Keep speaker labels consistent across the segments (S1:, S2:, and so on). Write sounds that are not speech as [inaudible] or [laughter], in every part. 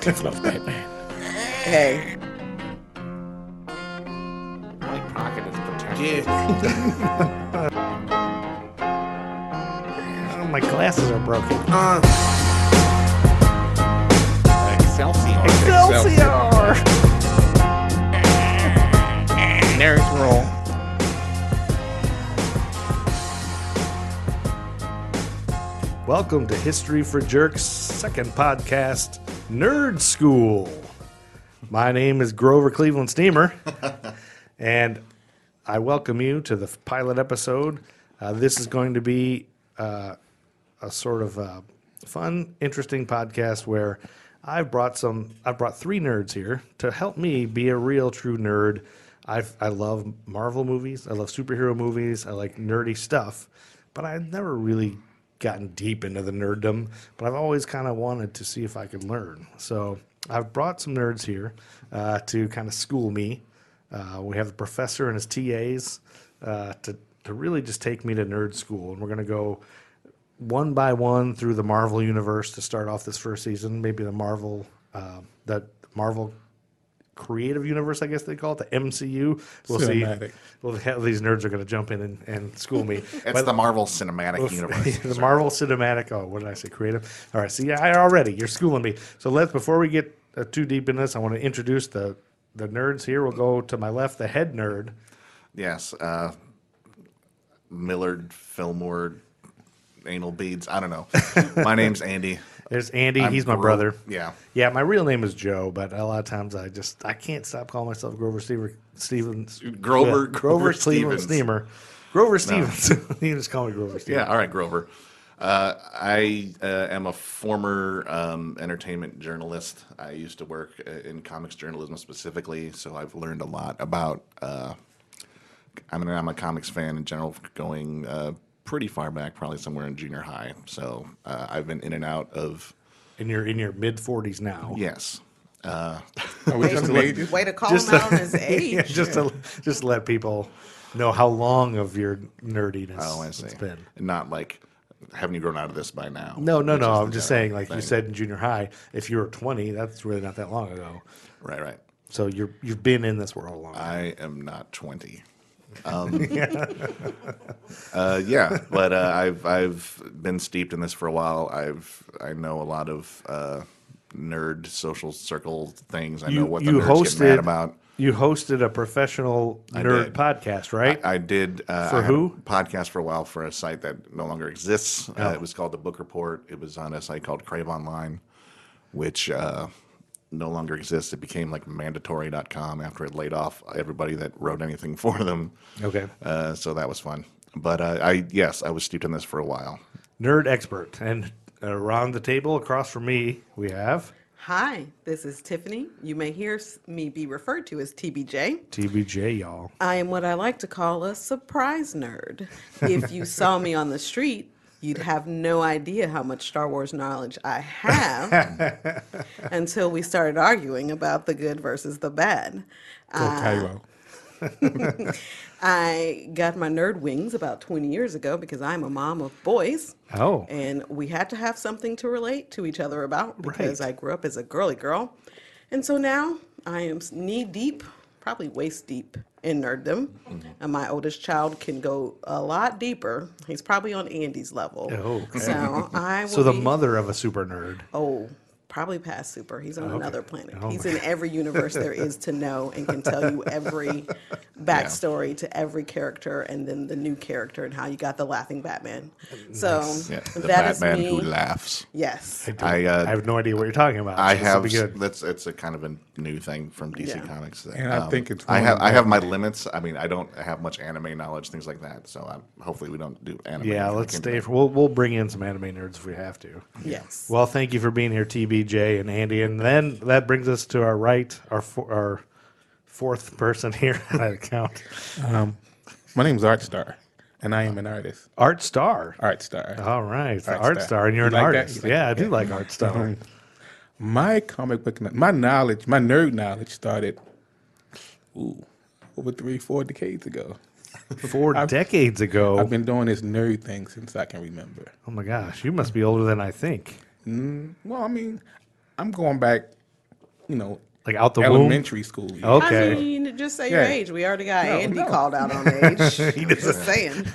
S1: Kids love Batman.
S2: Hey,
S1: My pocket is protected.
S3: Yeah.
S4: Oh, my glasses are broken.
S3: Uh,
S1: Excelsior.
S4: Excelsior!
S1: Nerds roll.
S4: Welcome to History for Jerks, second podcast, Nerd School. My name is Grover Cleveland
S1: [laughs]
S4: Steamer, and I welcome you to the pilot episode. Uh, this is going to be uh, a sort of uh, fun, interesting podcast where I've brought some. I've brought three nerds here to help me be a real, true nerd. I I love Marvel movies. I love superhero movies. I like nerdy stuff, but I've never really gotten deep into the nerddom. But I've always kind of wanted to see if I could learn. So I've brought some nerds here uh, to kind of school me. Uh, we have the professor and his TAs uh, to to really just take me to nerd school, and we're going to go one by one through the Marvel universe to start off this first season. Maybe the Marvel, uh, the Marvel creative universe, I guess they call it the MCU. We'll
S1: Cinematic.
S4: see. Well, hell, these nerds are going to jump in and, and school
S3: [laughs]
S4: me.
S3: it's
S4: But-
S3: the Marvel Cinematic Universe.
S4: [laughs] the Marvel Cinematic. Oh, what did I say? Creative. All right. See, I already you're schooling me. So let's before we get uh, too deep in this, I want to introduce the the nerds here. We'll go to my left, the head nerd.
S3: Yes. Uh, Millard, Fillmore, anal beads. I don't know. My name's Andy.
S4: There's Andy.
S3: I'm
S4: he's my
S3: Gro-
S4: brother.
S3: Yeah.
S4: Yeah, my real name is Joe, but a lot of times I just I can't stop calling myself Grover Stever, Stevens. Grover
S3: Grover- Grover
S4: Cleveland
S3: Stevens.
S4: Steamer. Grover Stevens. [laughs] you just call me Grover
S3: Yeah.
S4: Stevens.
S3: All right, Grover. Uh, I uh, am a former um, entertainment journalist. I used to work uh, in comics journalism specifically, so I've learned a lot about. Uh, I mean, I'm a comics fan in general, going uh, pretty far back, probably somewhere in junior high. So uh, I've been in and out of
S4: And you're in your mid 40s now.
S3: yes. Uh,
S1: Are we just ages?
S2: way to call
S4: Just
S2: him
S4: to-
S2: out on his [laughs]
S4: [laughs]
S2: age.
S4: Yeah, just to just to let people know how long of your nerdiness
S3: oh, I
S4: it's
S3: see.
S4: been.
S3: Not like haven't you grown out of this by now?
S4: No, no,
S3: Which
S4: no.
S3: is
S4: I'm
S3: the
S4: just
S3: general
S4: saying, like you
S3: thing.
S4: said in junior high, if you were 20, that's really not that long ago.
S3: Right, right.
S4: So you're you've been in this world a long. time.
S3: I am not
S4: [laughs]
S3: 20. Um, uh, yeah, but uh, I've I've been steeped in this for a while. I've I know a lot of uh, nerd social circle things. I know what the nerds get mad about.
S4: You hosted a professional nerd
S3: did.
S4: podcast, right?
S3: I did uh,
S4: For
S3: I had a
S4: who? Oh.
S3: podcast for a while for a site that no longer exists. Uh, it was called the Book Report. It was on a site called Crave Online, which uh, no longer exists. It became like mandatory.com after it laid off everybody that wrote anything [laughs] for them.
S4: okay.
S3: Uh, so that was fun. But uh, I yes, I was steeped in this for a while.
S4: Nerd expert. And around the table across from me, we have
S2: Hi, this is Tiffany. You may hear s- me be referred to as TBJ.
S4: TBJ, y'all.
S2: I am what I like to call a surprise nerd. If you saw me on the street, you'd have no idea how much Star Wars knowledge I have [laughs] until we started arguing about the good versus the bad.
S1: Go Cairo.
S2: I got my nerd wings about 20 years ago because I'm a mom of boys.
S4: Oh.
S2: And we had to have something to relate to each other about because
S4: Right.
S2: I grew up as a girly girl. And so now I am knee deep, probably waist deep in nerddom.
S4: Mm-hmm.
S2: And my oldest child can go a lot deeper. He's probably on Andy's level.
S4: Oh, okay.
S2: So I
S4: [laughs]
S2: will
S4: So the
S2: be-
S4: mother of a super nerd.
S2: Oh, probably past super. He's on another planet.
S4: Oh
S2: He's
S4: my- [laughs]
S2: in every universe there is to know and can tell you every backstory to every character and then the new character and how you got the laughing Batman. So [laughs]
S3: Yeah,
S2: that
S3: the
S2: is
S3: Batman
S2: me.
S3: who laughs.
S2: Yes.
S3: I uh,
S4: I have no idea what you're talking about.
S3: I
S4: This will
S3: have
S4: be good.
S3: that's it's a kind of a new thing from DC
S2: Yeah.
S3: Comics. That, um,
S1: And I think it's
S3: I
S1: one
S3: have
S1: of
S3: I have
S1: them.
S3: my limits. I mean, I don't have much anime knowledge, things like that. So I'm, hopefully we don't do anime.
S4: Yeah,
S3: if we
S4: let's
S3: can
S4: stay.
S3: do
S4: We'll we'll bring in some anime nerds if we have to.
S2: Yes.
S4: Well, thank you for being here, TBJ and Andy. And then that brings us to our right, our fo- our fourth person here [laughs] on that account,
S1: My name's Art Star, and I am an artist.
S4: Art Star.
S1: Art Star.
S4: All right, it's the
S1: Art
S4: Art
S1: Star.
S4: Star, and you're
S1: You
S4: an
S1: like that?
S4: artist.
S1: You like
S4: yeah, I
S1: that?
S4: do like Art
S1: [laughs]
S4: Star.
S1: my comic book, kno- my knowledge, my nerd knowledge started ooh, over three, four decades ago.
S4: 4 decades ago.
S1: I've been doing this nerd thing since I can remember.
S4: oh my gosh, you must be older than I think.
S1: Well, I mean, I'm going back you know,
S4: Like out the womb.
S1: elementary school. you know.
S4: Okay.
S2: I mean, just say
S1: Yeah.
S2: your age. We already got
S1: No,
S2: Andy
S1: no.
S2: called out on age. he just saying.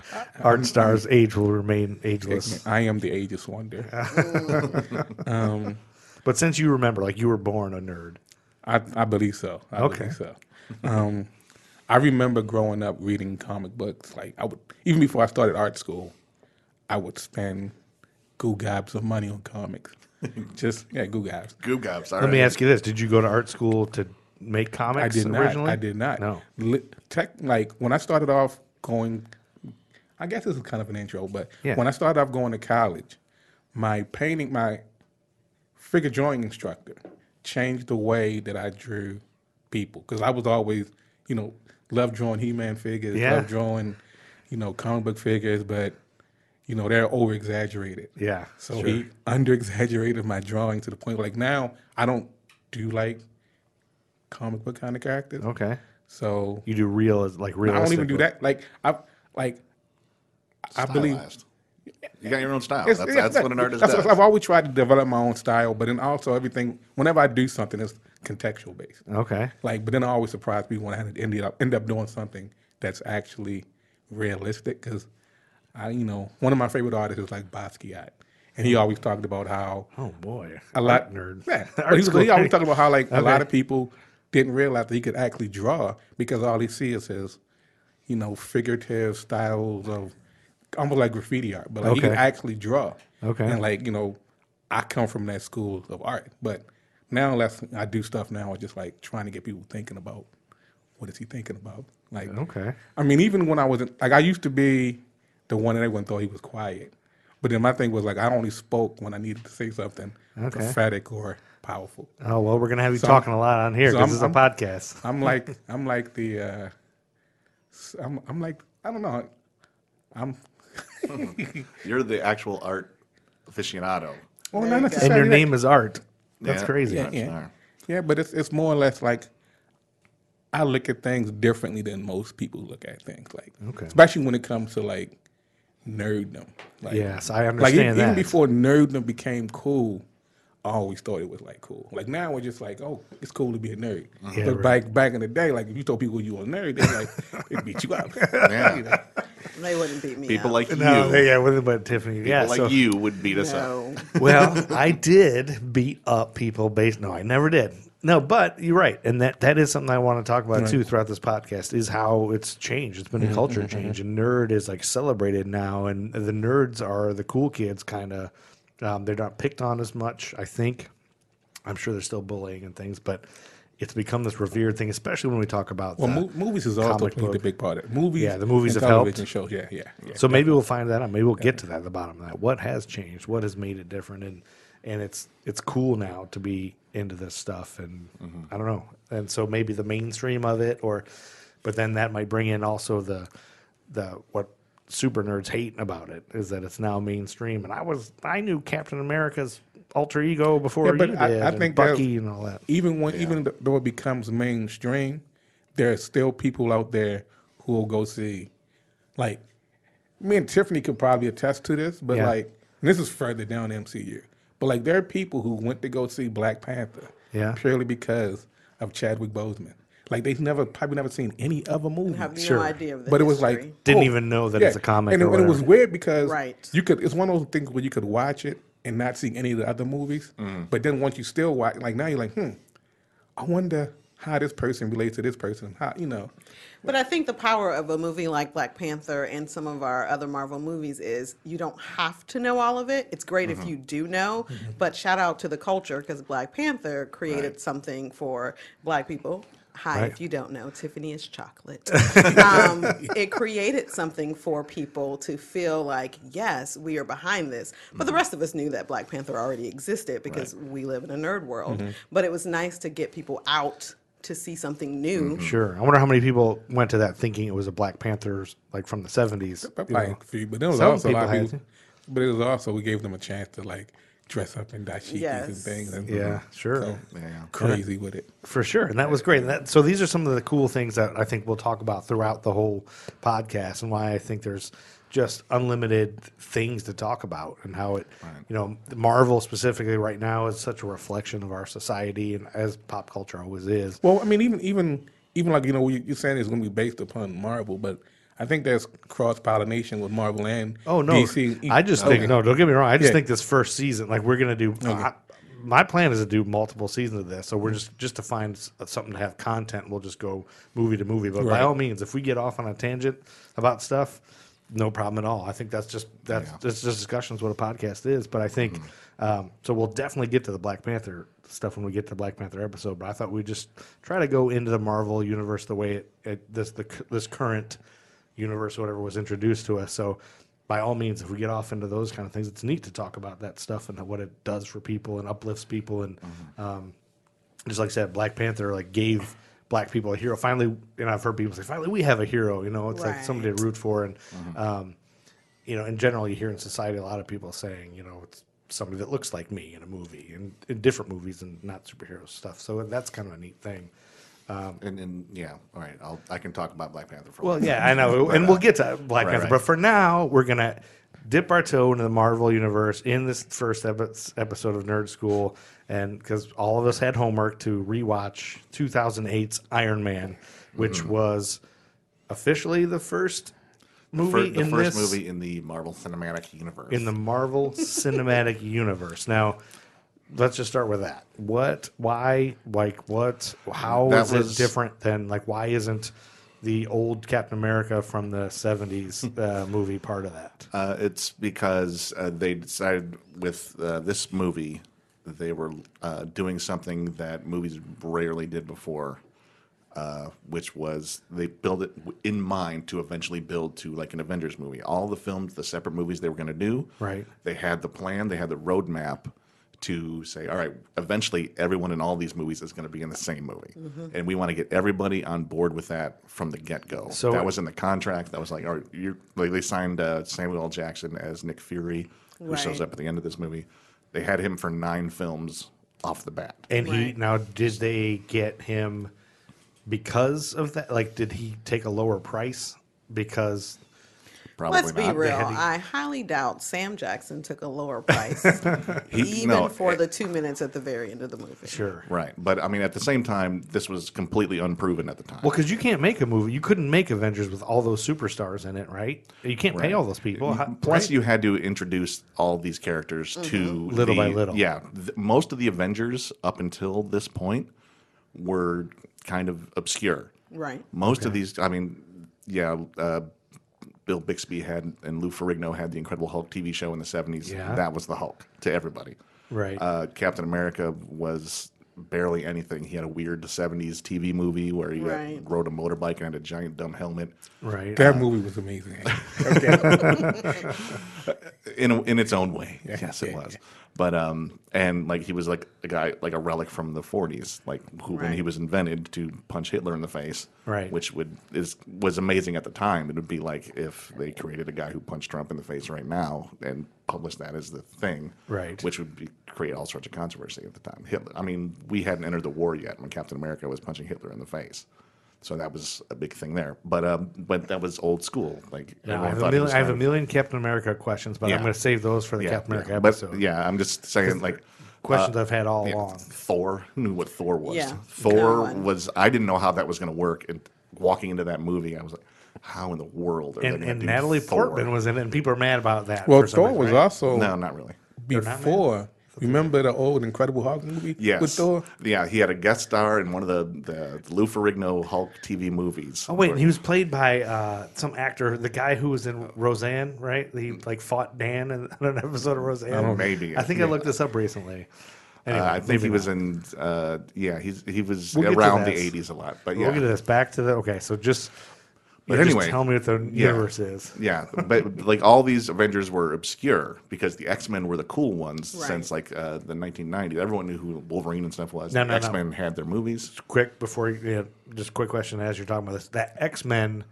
S4: Art Star's age will remain ageless.
S1: I am the ageist wonder.
S4: But since you remember, like you were born a nerd.
S1: I, I believe so. I
S4: Okay.
S1: believe so. Um, I remember growing up reading comic books. Like I would, even before I started art school, I would spend goo gobs of money on comics. [laughs] Just yeah, goo gobs.
S3: Goo gobs.
S4: Let me ask you this: Did you go to art school to make comics?
S1: I did
S4: originally?
S1: not. I did not.
S4: No.
S1: Li- tech, like when I started off going, I guess this is kind of an intro, but
S4: Yeah.
S1: when I started off going to college, my painting, my figure drawing instructor changed the way that I drew people because I was always, you know, loved drawing He Man figures,
S4: Yeah.
S1: loved drawing, you know, comic book figures, but you know they're over exaggerated.
S4: Yeah.
S1: So
S4: sure.
S1: he under exaggerated my drawing to the point where, like now I don't do like comic book kind of characters.
S4: okay.
S1: So
S4: You do real as like real.
S1: I don't even do that. Like I like I believe
S3: Stylized. You got your own style.
S1: it's-
S3: Oh, That's,
S1: yeah,
S3: that's
S1: that-
S3: what an artist
S1: that's-
S3: does.
S1: I've always tried to develop my own style, but then also everything whenever I do something it's contextual based.
S3: Oh.
S4: Okay.
S1: Like but then I always surprise people when I end up end up doing something that's actually realistic because I you know, one of my favorite artists is like Basquiat. And
S3: Mm.
S1: he always talked about how
S4: Oh boy.
S1: a lot
S4: nerd. [laughs]
S1: Yeah,
S4: Art
S1: but he, was-
S4: school
S1: he always
S4: nerd.
S1: talked about how like a lot
S4: Okay.
S1: of people didn't realize that he could actually draw because all he sees is his, you know, figurative styles of almost like graffiti art, but like he
S4: Okay.
S1: could actually draw.
S4: Okay.
S1: and like you know, I come from that school of art, but now unless I do stuff now, it's just like trying to get people thinking about what is he thinking about, like
S4: Okay.
S1: I mean, even when I was in, like, I used to be the one that everyone thought he was quiet. But then my thing was like, I only spoke when I needed to say something
S4: Okay.
S1: prophetic or powerful.
S4: Oh well, we're gonna have you
S1: So I'm-
S4: talking a lot on here
S1: so
S4: because
S1: I'm-
S4: it's a
S1: I'm- [laughs]
S4: podcast.
S1: I'm like,
S4: [laughs]
S1: I'm like the, uh, s- I'm, I'm like, I don't know, I'm.
S3: You're the actual art aficionado.
S1: Well,
S2: you
S1: not
S2: go.
S1: necessarily.
S4: And your
S1: that-
S4: name is Art. That's
S3: Yeah.
S4: crazy.
S1: Yeah,
S3: That's
S1: yeah.
S3: not-
S1: yeah, but it's it's more or less like I look at things differently than most people look at things. Like,
S4: Okay.
S1: especially when it comes to like nerddom. Like,
S4: Yes, I
S1: like
S4: understand
S1: even,
S4: that.
S1: even before nerddom became cool, I always thought it was like cool. Like now we're just like, oh, it's cool to be a nerd.
S4: Uh-huh. Yeah,
S1: but
S4: right.
S1: back back in the day, like if you told people you were a nerd, they
S4: [laughs]
S1: like it beat you up. [laughs] You know?
S3: Yeah.
S2: They wouldn't beat me.
S3: People
S2: up.
S3: like uh,
S4: no,
S3: you.
S4: yeah, with but Tiffany, yeah.
S3: people like
S4: so-
S3: you would beat us up.
S2: no.
S4: [laughs] well,
S3: [laughs]
S4: I did beat up people based. No, I never did. No, but you're right, and that that is something I want to talk about too throughout this podcast is how it's changed. It's been
S3: Mm-hmm,
S4: a culture change, and nerd is like celebrated now, and the nerds are the cool kids, kind of. Um, they're not picked on as much, I think. I'm sure there's still bullying and things, but it's become this revered thing, especially when we talk about
S1: Well,
S4: the-
S1: mo- movies has also
S4: comic
S1: played the
S4: book.
S1: big part. Of it. Movies,
S4: Yeah, the movies
S1: and
S4: have helped.
S1: television shows. Yeah, yeah, yeah.
S4: So maybe we'll find that out. Maybe we'll get to that at the bottom of that. What has changed? What has made it different? And and it's it's cool now to be into this stuff. And
S1: Mm-hmm.
S4: I don't know. And so maybe the mainstream of it, or but then that might bring in also the the what super nerds hate about it is that it's now mainstream. And I was I knew Captain America's alter ego before
S1: Yeah,
S4: you
S1: but
S4: did.
S1: I- I
S4: and
S1: think that's-
S4: Bucky and all that.
S1: even when even though it becomes mainstream, there are still people out there who will go see. Like me and Tiffany could probably attest to this, but
S4: Yeah.
S1: like and this is further down MCU. But like there are people who went to go see Black Panther
S4: Yeah.
S1: purely because of Chadwick Boseman. Like they've never probably never seen any other movie.
S2: have no
S4: Sure.
S2: idea of the
S1: But it was
S2: history.
S1: like Oh,
S4: Didn't even know that it's a comic
S1: and,
S4: or
S1: it- and it was
S4: whatever.
S1: weird because
S2: Right.
S1: you could. It's one of those things where you could watch it and not see any of the other movies, but then once you still watch, like now you're like, hmm, I wonder how this person relates to this person. How you know?
S2: But I think the power of a movie like Black Panther and some of our other Marvel movies is you don't have to know all of it. It's great if you do know, but shout out to the culture because Black Panther created something for black people. Hi,
S4: Right.
S2: if you don't know, Tiffany is chocolate. um, it created something for people to feel like, yes, we are behind this. But the rest of us knew that Black Panther already existed because we live in a nerd world. But it was nice to get people out to see something new.
S4: Sure. I wonder how many people went to that thinking it was a Black Panthers like from the seventies.
S1: But like, few- but there was
S4: some
S1: also a lot of
S4: people
S1: people. But it was also we gave them a chance to like dress up in dashikis and
S2: Yes.
S1: things. And,
S4: Yeah, sure.
S1: so
S3: Yeah.
S1: crazy with it.
S4: For sure, and that was great. And that, so these are some of the cool things that I think we'll talk about throughout the whole podcast, and why I think there's just unlimited things to talk about and how it, you know, Marvel specifically right now is such a reflection of our society and as pop culture always is.
S1: Well, I mean, even even even like you know, you- you're saying it's going to be based upon Marvel, but I think there's cross pollination with Marvel and E.
S4: Oh no!
S1: DC.
S4: I just think no. Don't get me wrong. I just
S1: Yeah.
S4: think this first season, like we're gonna do. I- my plan is to do multiple seasons of this. So we're just just to find s- uh, something to have content. We'll just go movie to movie. But by
S1: Right.
S4: all means, if we get off on a tangent about stuff, no problem at all. I think that's just that's that's just discussions what a podcast is. But I think
S1: Mm-hmm.
S4: um, so. We'll definitely get to the Black Panther stuff when we get to the Black Panther episode. But I thought we'd just try to go into the Marvel universe the way it, it this the c- this current universe, whatever was introduced to us. So, by all means, if we get off into those kind of things, it's neat to talk about that stuff and what it does for people and uplifts people. And um, just like I said, Black Panther like gave black people a hero. Finally, and I've heard people say, finally, we have a hero. You know, it's like somebody to root for. And um, you know, in general, you hear in society a lot of people saying, you know, it's somebody that looks like me in a movie and in different movies and not superhero stuff. So that's kind of a neat thing.
S3: And, and yeah, all right. I'll, I can talk about Black Panther for a
S4: Well,
S3: while.
S4: yeah, I know, and we'll get to Black
S3: Right,
S4: Panther,
S3: right.
S4: but for now, we're gonna dip our toe into the Marvel universe in this first epi- episode of Nerd School, and because all of us had homework to rewatch 2008's Iron Man, which
S3: Hmm.
S4: was officially the first movie
S3: Fir- the
S4: in
S3: first
S4: this
S3: movie in the Marvel Cinematic Universe.
S4: in the Marvel Cinematic Universe. Now, let's just start with that. What? Why? Like what? How
S3: That
S4: is
S3: was-
S4: it different than like why isn't the old Captain America from the seventies uh, movie part of that?
S3: Uh, it's because uh, they decided with uh, this movie they were uh, doing something that movies rarely did before, uh, which was they built it w- in mind to eventually build to like an Avengers movie. All the films, the separate movies they were going to do,
S4: Right.
S3: They had the plan, they had the roadmap to say, all right, eventually everyone in all these movies is going to be in the same movie, and we want to get everybody on board with that from the get go.
S4: So-
S3: that was in the contract that was like, all right, you're, like they signed uh, Samuel L. Jackson as Nick Fury, who shows
S2: Right.
S3: up at the end of this movie. They had him for nine films off the bat.
S4: And he
S2: Right.
S4: now did they get him because of that? Like, did he take a lower price because?
S3: Probably
S2: Let's be
S3: not.
S2: real.
S4: had to-
S2: I highly doubt Sam Jackson took a lower price, even
S3: no,
S2: for
S3: it-
S2: the two minutes at the very end of the movie.
S4: Sure.
S3: Right, but I mean, at the same time, this was completely unproven at the time.
S4: Well, because you can't make a movie, you couldn't make Avengers with all those superstars in it, right? You can't pay
S3: Right.
S4: all those people. How-
S3: Plus,
S4: right?
S3: you had to introduce all these characters to
S4: Little by
S3: the-
S4: little.
S3: Yeah, th- most of the Avengers up until this point were kind of obscure.
S2: Right.
S3: Most of these, I mean, yeah, uh, Bill Bixby had and Lou Ferrigno had the Incredible Hulk TV show in the seventies.
S4: Yeah.
S3: That was the Hulk to everybody.
S4: Right.
S3: Uh, Captain America was barely anything. He had a weird seventies TV movie where he uh,
S2: Right.
S3: rode a motorbike and had a giant dumb helmet.
S4: right.
S1: that movie
S4: [laughs]
S1: was amazing.
S3: in a, in its own way. Yes, it was. But um, and like he was like a guy like a relic from the 40s, like who when he
S2: Right.
S3: was invented to punch Hitler in the face,
S4: Right.
S3: Which would is was amazing at the time. It would be like if they created a guy who punched Trump in the face right now and published that as the thing,
S4: Right.
S3: Which would be, create all sorts of controversy at the time. Hitler. I mean, we hadn't entered the war yet when Captain America was punching Hitler in the face. So that was a big thing there, but um, but that was old school. Like
S4: Yeah, I
S3: everyone
S4: have,
S3: thought
S4: a
S3: he
S4: million,
S3: was
S4: I have
S3: kind
S4: a
S3: of-
S4: million Captain America questions, but I'm
S3: Yeah.
S4: going to save those for the Captain America
S3: yeah.
S4: episode.
S3: But yeah, I'm just saying like
S4: questions I've had all
S3: yeah,
S4: along.
S3: Thor who knew what Thor was.
S2: Yeah,
S3: Thor
S2: come on.
S3: was I didn't know how that was going to work and walking into that movie I was like how in the world are
S4: And,
S3: they going
S4: and
S3: to do
S4: Natalie
S3: Thor?
S4: Portman was in it, and people are mad about that.
S1: well,
S4: for some
S1: Thor
S4: reason,
S1: was
S4: right?
S1: also
S3: No, not really.
S4: not
S1: before. Remember the old Incredible Hulk movie
S3: Yes.
S1: with Thor?
S3: Yeah, he had a guest star in one of the the Lou Ferrigno Hulk TV movies.
S4: Oh wait, and he was played by uh, some actor, the guy who was in Roseanne, right? He like fought Dan in, [laughs] in an episode of Roseanne.
S3: Maybe.
S4: I think I looked this up recently. Anyway,
S3: Uh, I think he
S4: moving
S3: was
S4: on.
S3: in. Uh, yeah, he's he was
S4: We'll get to
S3: around the
S4: that.
S3: '80s a lot, but yeah,
S4: We'll get to this. Back to the okay. So just,
S3: But
S4: yeah, just
S3: anyway,
S4: tell me what the
S3: yeah.
S4: universe is.
S3: Yeah, but like all these Avengers were obscure because the X Men were the cool ones
S2: Right.
S3: since like uh, the 1990s. Everyone knew who Wolverine and stuff was.
S4: No, no, no.
S3: X Men had their movies.
S4: quick before you, yeah, just a quick question as you're talking about this that x-men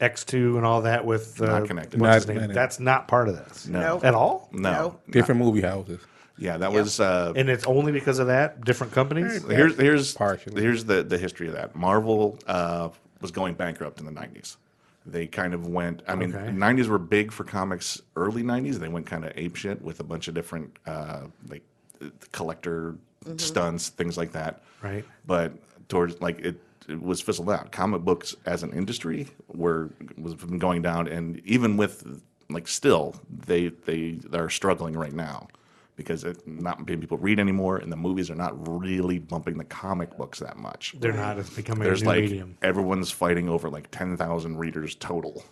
S4: x2 and all that with uh,
S3: Not connected.
S4: what's
S1: Not
S4: his name?
S1: connected.
S4: that's not part of this
S3: No.
S2: Nope.
S4: at all
S3: No.
S1: Different movie houses.
S3: Yeah, that was. Uh,
S4: and it's only because of that different companies
S3: here's here's
S1: Partially.
S3: here's the the history of that. Marvel uh, was going bankrupt in the 90s. They kind of went. I mean,
S4: Okay.
S3: '90s were big for comics. Early '90s, they went kind of apeshit with a bunch of different uh, like uh, collector
S2: Mm-hmm.
S3: stunts, things like that.
S4: Right.
S3: But towards like it, it was fizzled out. Comic books as an industry were was been going down, and even with like still they they are struggling right now because it, not many people read anymore, and the movies are not really bumping the comic books that much.
S4: They're not. It's becoming
S3: There's
S4: a new
S3: like
S4: medium.
S3: everyone's fighting over like ten thousand readers total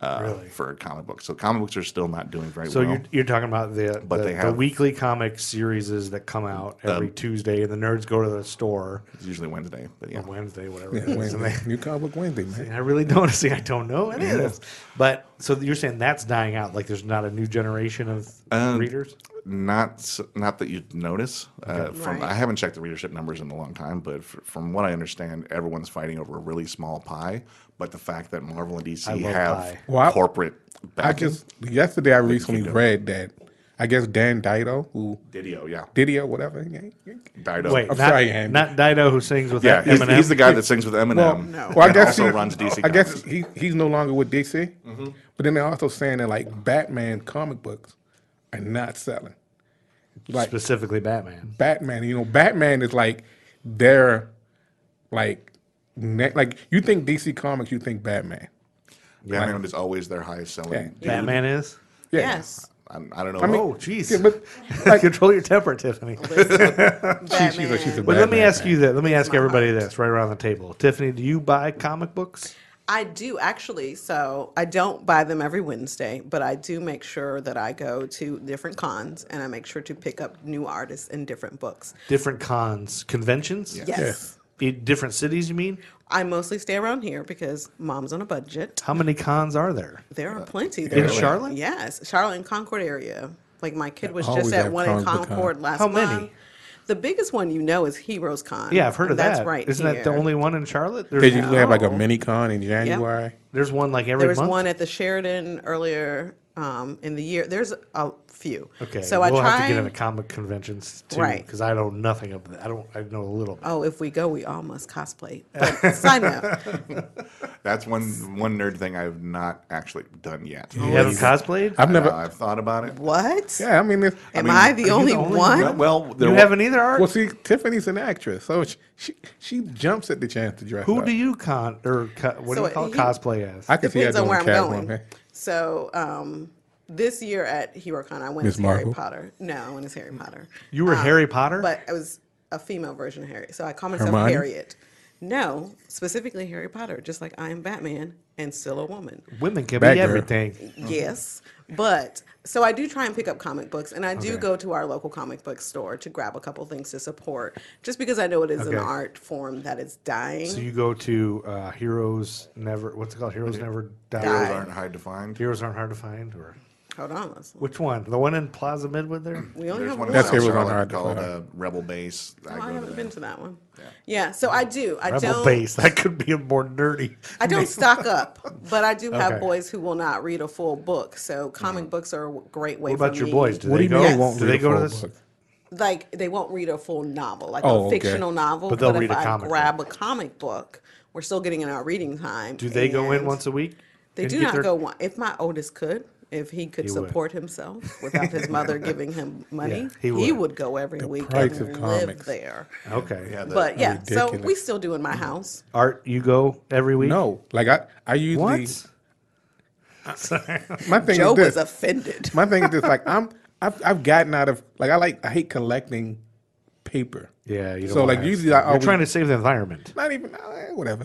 S3: uh,
S4: Really?
S3: for comic books. So comic books are still not doing very
S4: So
S3: well.
S4: you're, you're talking about the
S3: But
S4: the,
S3: they
S4: the
S3: have-
S4: weekly comic series that come out every Tuesday, and the nerds go to the store
S3: It's usually Wednesday, but yeah,
S4: on Wednesday, whatever.
S1: Yeah,
S4: it is, and
S1: Wednesday.
S4: they-
S1: New comic book Wednesday, man.
S4: and [laughs] I really don't [laughs] see. I don't know any of this. But so you're saying that's dying out? Like there's not a new generation of
S3: Um,
S4: readers?
S3: not s- not that you'd notice. Uh, from
S2: Right.
S3: I haven't checked the readership numbers in a long time, but f- from what I understand, everyone's fighting over a really small pie. But the fact that Marvel and DC
S4: love
S3: have
S4: pie.
S1: Well, I-
S3: corporate
S1: I
S3: backing,
S1: just yesterday I recently
S3: go.
S1: read that I guess Dan Dido, who
S3: Didio, yeah,
S1: Didio, whatever. yeah, yeah.
S3: Dido.
S4: Wait,
S1: I'm
S4: not,
S1: sorry, Andy.
S4: not Dido who sings with
S3: yeah, he's,
S4: Eminem.
S3: he's the guy that sings with Eminem.
S1: Well,
S2: No.
S1: Um, well, I
S3: and
S1: guess
S3: also
S1: he-
S3: runs DC.
S1: I guess
S3: Comics.
S1: he, he's no longer with DC. But then they're also saying that like Batman comic books are not selling. Like
S4: specifically Batman.
S1: Batman, you know, Batman is like their like ne- like you think DC Comics, you think Batman.
S3: Batman is always their highest selling.
S1: Yeah.
S4: Batman is.
S1: Yeah.
S2: Yes.
S3: I'm- I don't know.
S4: oh, jeez.
S1: Yeah,
S4: [laughs]
S1: but like
S4: Control your temper, Tiffany.
S2: Batman.
S1: she's a- she's a
S4: But let me
S1: Batman
S4: ask you this. Let me ask
S2: my
S4: everybody
S2: heart.
S4: this right around the table. Tiffany, do you buy comic books?
S2: I do actually. So I don't buy them every Wednesday, but I do make sure that I go to different cons and I make sure to pick up new artists and different books.
S4: Different cons, conventions?
S2: Yes.
S1: Yes.
S4: In different cities, you mean?
S2: I mostly stay around here because mom's on a budget.
S4: How many cons are there?
S2: There
S1: Uh,
S2: are plenty there.
S4: In Charlotte?
S2: Yes, Charlotte and Concord area. Like my kid was
S1: always
S2: just at
S1: have
S2: one in
S1: Concord.
S2: Concord last
S4: How
S2: month.
S4: many?
S2: The biggest one you know is Heroes Con.
S4: Yeah, I've heard of
S2: And That's
S4: that.
S2: right.
S4: Isn't that the
S2: here.
S4: only one in Charlotte? There's,
S1: They usually have like a
S2: No.
S1: mini con in January.
S4: there's one like every
S2: There was
S4: month.
S2: one at the Sheridan earlier um, in the year. There's a few.
S4: okay,
S2: So
S4: we'll
S2: I try.
S4: have to get into comic conventions too,
S2: Right.
S4: Because I know nothing of that. I don't. I know a little. bit.
S2: Oh, if we go, we all must
S4: [laughs]
S2: cosplay. But side note,
S3: That's one one nerd thing I've not actually done yet.
S2: Oh,
S4: you haven't cosplayed?
S1: I've
S3: Never.
S1: never
S3: I've thought about it.
S2: what?
S1: Yeah, I mean it's,
S2: Am
S3: mean,
S2: I
S3: are you
S2: the only,
S4: only
S2: one?
S3: Well, well there
S4: you
S3: wa-
S4: haven't either, Art.
S1: Well, see, Tiffany's an actress, so she she, she jumps at the chance to dress
S4: Who
S1: up.
S4: do you con or co- what do
S2: So
S4: you call it?
S2: he-
S4: cosplay as?
S1: I can see her
S2: Depends on
S1: doing
S2: where I'm
S1: Catwoman.
S2: going. So um, this year at HeroCon, I went
S1: Miss
S2: as Harry
S1: Marvel?
S2: Potter. No, I went as Harry Potter.
S4: you were
S2: Um,
S4: Harry Potter.
S2: But I was a female version of Harry. So I call myself
S1: Hermione?
S2: Harriet. No, specifically Harry Potter, just like I am Batman and still a woman.
S4: Women can
S1: Batgirl.
S4: be everything.
S2: Yes, but so I do try and pick up comic books, and I do go to our local comic book store to grab a couple things to support, just because I know it is
S4: Okay.
S2: an art form that is dying.
S4: So you go to uh, Heroes Never. What's it called? Heroes Never Die.
S3: Those aren't hard to find.
S4: Heroes aren't hard to find. Or
S2: Hold on, let's,
S4: which one? The one in Plaza Midwood there.
S2: we only have
S3: There's one
S2: one.
S3: in
S1: That's
S3: South
S1: Heroes on
S3: Charlotte
S1: Hard to
S3: called
S1: Find.
S3: uh, Rebel Base.
S2: Oh,
S3: go
S2: I
S3: to
S2: haven't
S3: there.
S2: been to that one. Yeah, so I do. I
S4: Rebel
S2: don't.
S4: Base. [laughs] That could be a more nerdy.
S2: I don't stock up, but I do have
S4: Okay. Mm.
S2: boys who will not read a full book. So comic books are a great way.
S4: What about
S2: for
S4: your
S2: me.
S4: boys? Do
S1: What do
S4: they
S1: you
S4: go?
S1: mean?
S2: Yes.
S1: I won't
S4: do
S1: read
S4: they
S1: a
S4: go to
S1: full
S4: this?
S1: book?
S2: like they won't read a full novel, like
S1: Oh,
S2: a
S1: okay.
S2: fictional novel.
S4: But they'll read
S2: if
S4: a
S2: I
S4: comic
S2: grab a comic book, we're still getting in our reading time.
S4: Do they go in
S2: and
S4: once a week?
S2: They
S4: and
S2: do
S4: get
S2: not
S4: their-
S2: go one. If my oldest could, if he could
S4: He would.
S2: support himself
S4: [laughs]
S2: without his mother giving him money,
S4: Yeah, he
S2: he, would.
S4: would.
S2: go every week and
S1: price of
S2: live
S1: comics.
S2: there.
S4: Okay.
S3: Yeah, the,
S2: But yeah, so we
S1: ridiculous.
S2: still do in my
S4: Mm.
S2: house.
S4: Art, you go every week.
S1: No, like I I usually
S4: [laughs] What? [laughs]
S1: my thing
S2: Joe
S1: is this.
S2: was offended.
S1: My thing is this, like I'm I've, I've gotten out of like I like I hate collecting paper.
S4: Yeah. You don't
S1: So, like,
S4: wanna-
S1: usually I
S4: you're
S1: always-
S4: trying to save the environment.
S1: Not even eh, whatever.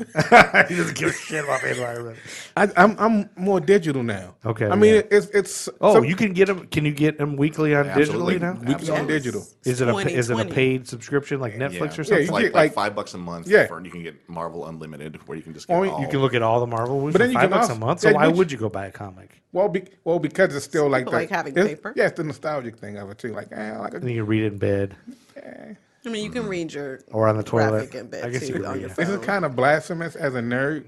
S1: [laughs]
S4: he doesn't give a shit about the environment.
S1: I, I'm I'm more digital now.
S4: Okay,
S1: I mean
S4: yeah.
S1: it's it's
S4: Oh,
S1: some-
S4: you can get them. Can you get them weekly on
S3: Absolutely.
S4: digitally now?
S3: We
S1: it's on
S2: Yes.
S1: digital.
S4: Is it a is it a
S2: 2020.
S4: paid subscription like
S3: yeah.
S4: Netflix or
S3: It's
S1: Yeah,
S4: something?
S1: you
S3: like, like,
S1: get, like-
S3: five bucks a month.
S1: Yeah.
S3: for- you can get Marvel Unlimited, where you can just get
S1: Or you
S3: all.
S4: you can look at all the Marvel movies
S1: But
S4: for
S1: then you
S4: five
S1: can
S4: bucks a
S1: also-
S4: month. So
S1: yeah,
S4: why
S1: but you-
S4: would you go buy a comic?
S1: well be, well because it's still like
S2: people
S1: the,
S2: like having
S1: it's-
S2: paper.
S1: Yeah, it's the nostalgic thing of it too. Like eh, I like
S4: And
S1: a,
S4: then you read it in bed
S2: I mean, you can read your
S4: or on the toilet.
S2: graphic in bed
S4: I guess you
S2: too
S4: could
S2: on
S4: read
S2: your
S4: it.
S1: this is
S2: phone.
S1: kind of blasphemous as a nerd,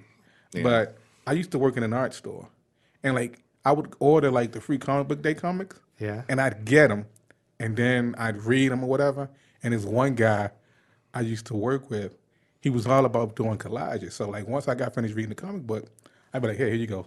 S1: but I used to work in an art store, and like I would order like the free comic book day comics.
S4: Yeah.
S1: and I'd get them, and then I'd read them or whatever. And this one guy I used to work with, he was all about doing collages. So like once I got finished reading the comic book, I'd be like, hey, here you go.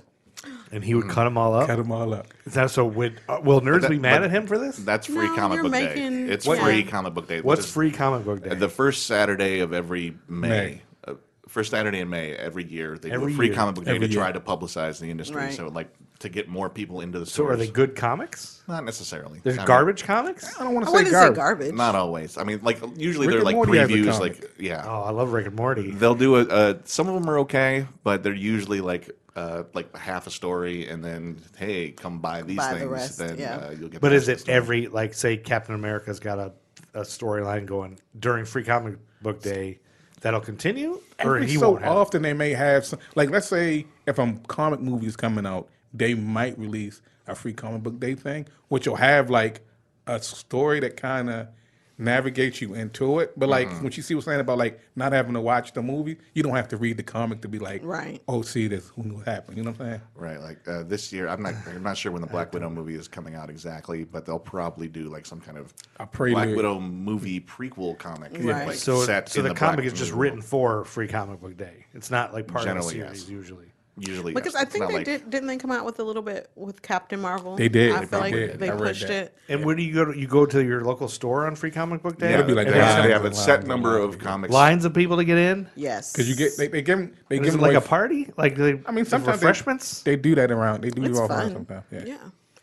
S4: and he would Hmm. cut them all up.
S1: Cut them all up.
S4: Is that so? Would uh, will nerds be mad at him for this?
S3: That's free
S2: No,
S3: comic
S2: you're
S3: book
S2: making-
S3: day. It's
S2: What-
S3: free
S2: yeah.
S3: comic book day.
S4: What's
S3: This-
S4: free comic book day?
S3: The first Saturday of every May.
S1: May.
S3: Uh, First Saturday in May every year they
S4: Every
S3: do a free
S4: year.
S3: comic book day
S1: Every
S3: to
S1: year.
S3: try to publicize the industry.
S2: Right.
S3: So like to get more people into the
S4: so
S3: stores.
S4: are they good comics?
S3: Not necessarily.
S4: There's
S3: I mean,
S4: garbage comics.
S1: I don't want
S2: I
S1: to say
S2: wouldn't
S1: garbage.
S2: say garbage.
S3: Not always. I mean, like usually
S1: Rick
S3: they're
S1: and
S3: like
S1: Morty has a
S3: previews.
S1: comic.
S3: Like yeah,
S4: Oh, I love Rick and Morty.
S3: they'll do a, a. Some of them are okay, but they're usually like uh like half a story, and then hey, come buy these
S2: Buy the
S3: things.
S2: rest,
S3: then
S2: yeah.
S3: uh, you'll get.
S4: But
S3: the
S4: is
S3: rest of
S4: it
S3: the story.
S4: every like say Captain America's got a, a storyline going during Free Comic Book Day that'll continue, or
S1: Every
S4: he
S1: so
S4: won't have?
S1: often they may have some like let's say if a comic movie is coming out they might release a free comic book day thing which will have like a story that kind of navigates you into it but like what you see was saying about like not having to watch the movie you don't have to read the comic to be like
S2: Right.
S1: oh see this who knew what happened you know what i'm saying
S3: Right, like uh, this year, I'm not. I'm not sure when the Black Widow movie is coming out exactly, but they'll probably do like some kind of
S1: A prelude.
S3: Black Widow movie prequel comic.
S2: Yeah.
S3: like,
S4: So,
S3: set
S4: so
S3: in
S4: the, comic
S3: Black
S4: is just
S3: Widow
S4: written for Free Comic Book Day. It's not like part of the
S3: Generally,
S4: series
S3: yes.
S4: usually.
S3: Usually,
S2: Because
S3: yes.
S2: I
S3: It's
S2: think
S3: not
S2: they
S3: like-
S2: did. Didn't they come out with a little bit with Captain Marvel?
S1: They did.
S2: I
S1: They
S2: feel like
S1: probably did.
S2: they
S1: I read
S2: pushed
S1: that.
S2: it.
S4: And where do you go? To, you go to your local store on Free Comic Book Day.
S3: Yeah,
S1: It'll be
S3: they,
S1: like
S3: they
S1: that.
S3: have, they
S1: lines
S3: have a
S1: and
S3: set
S1: lines
S3: number
S1: and lines.
S3: of comics.
S4: lines of people to get in.
S2: Yes.
S1: because you get they, they give 'em- they
S4: And is
S1: give
S4: it
S1: them
S4: like a party? Like they,
S1: i mean sometimes they-
S4: refreshments.
S1: they, do that around they do
S2: It's
S1: it all around
S2: fun.
S1: sometimes yeah,
S2: yeah.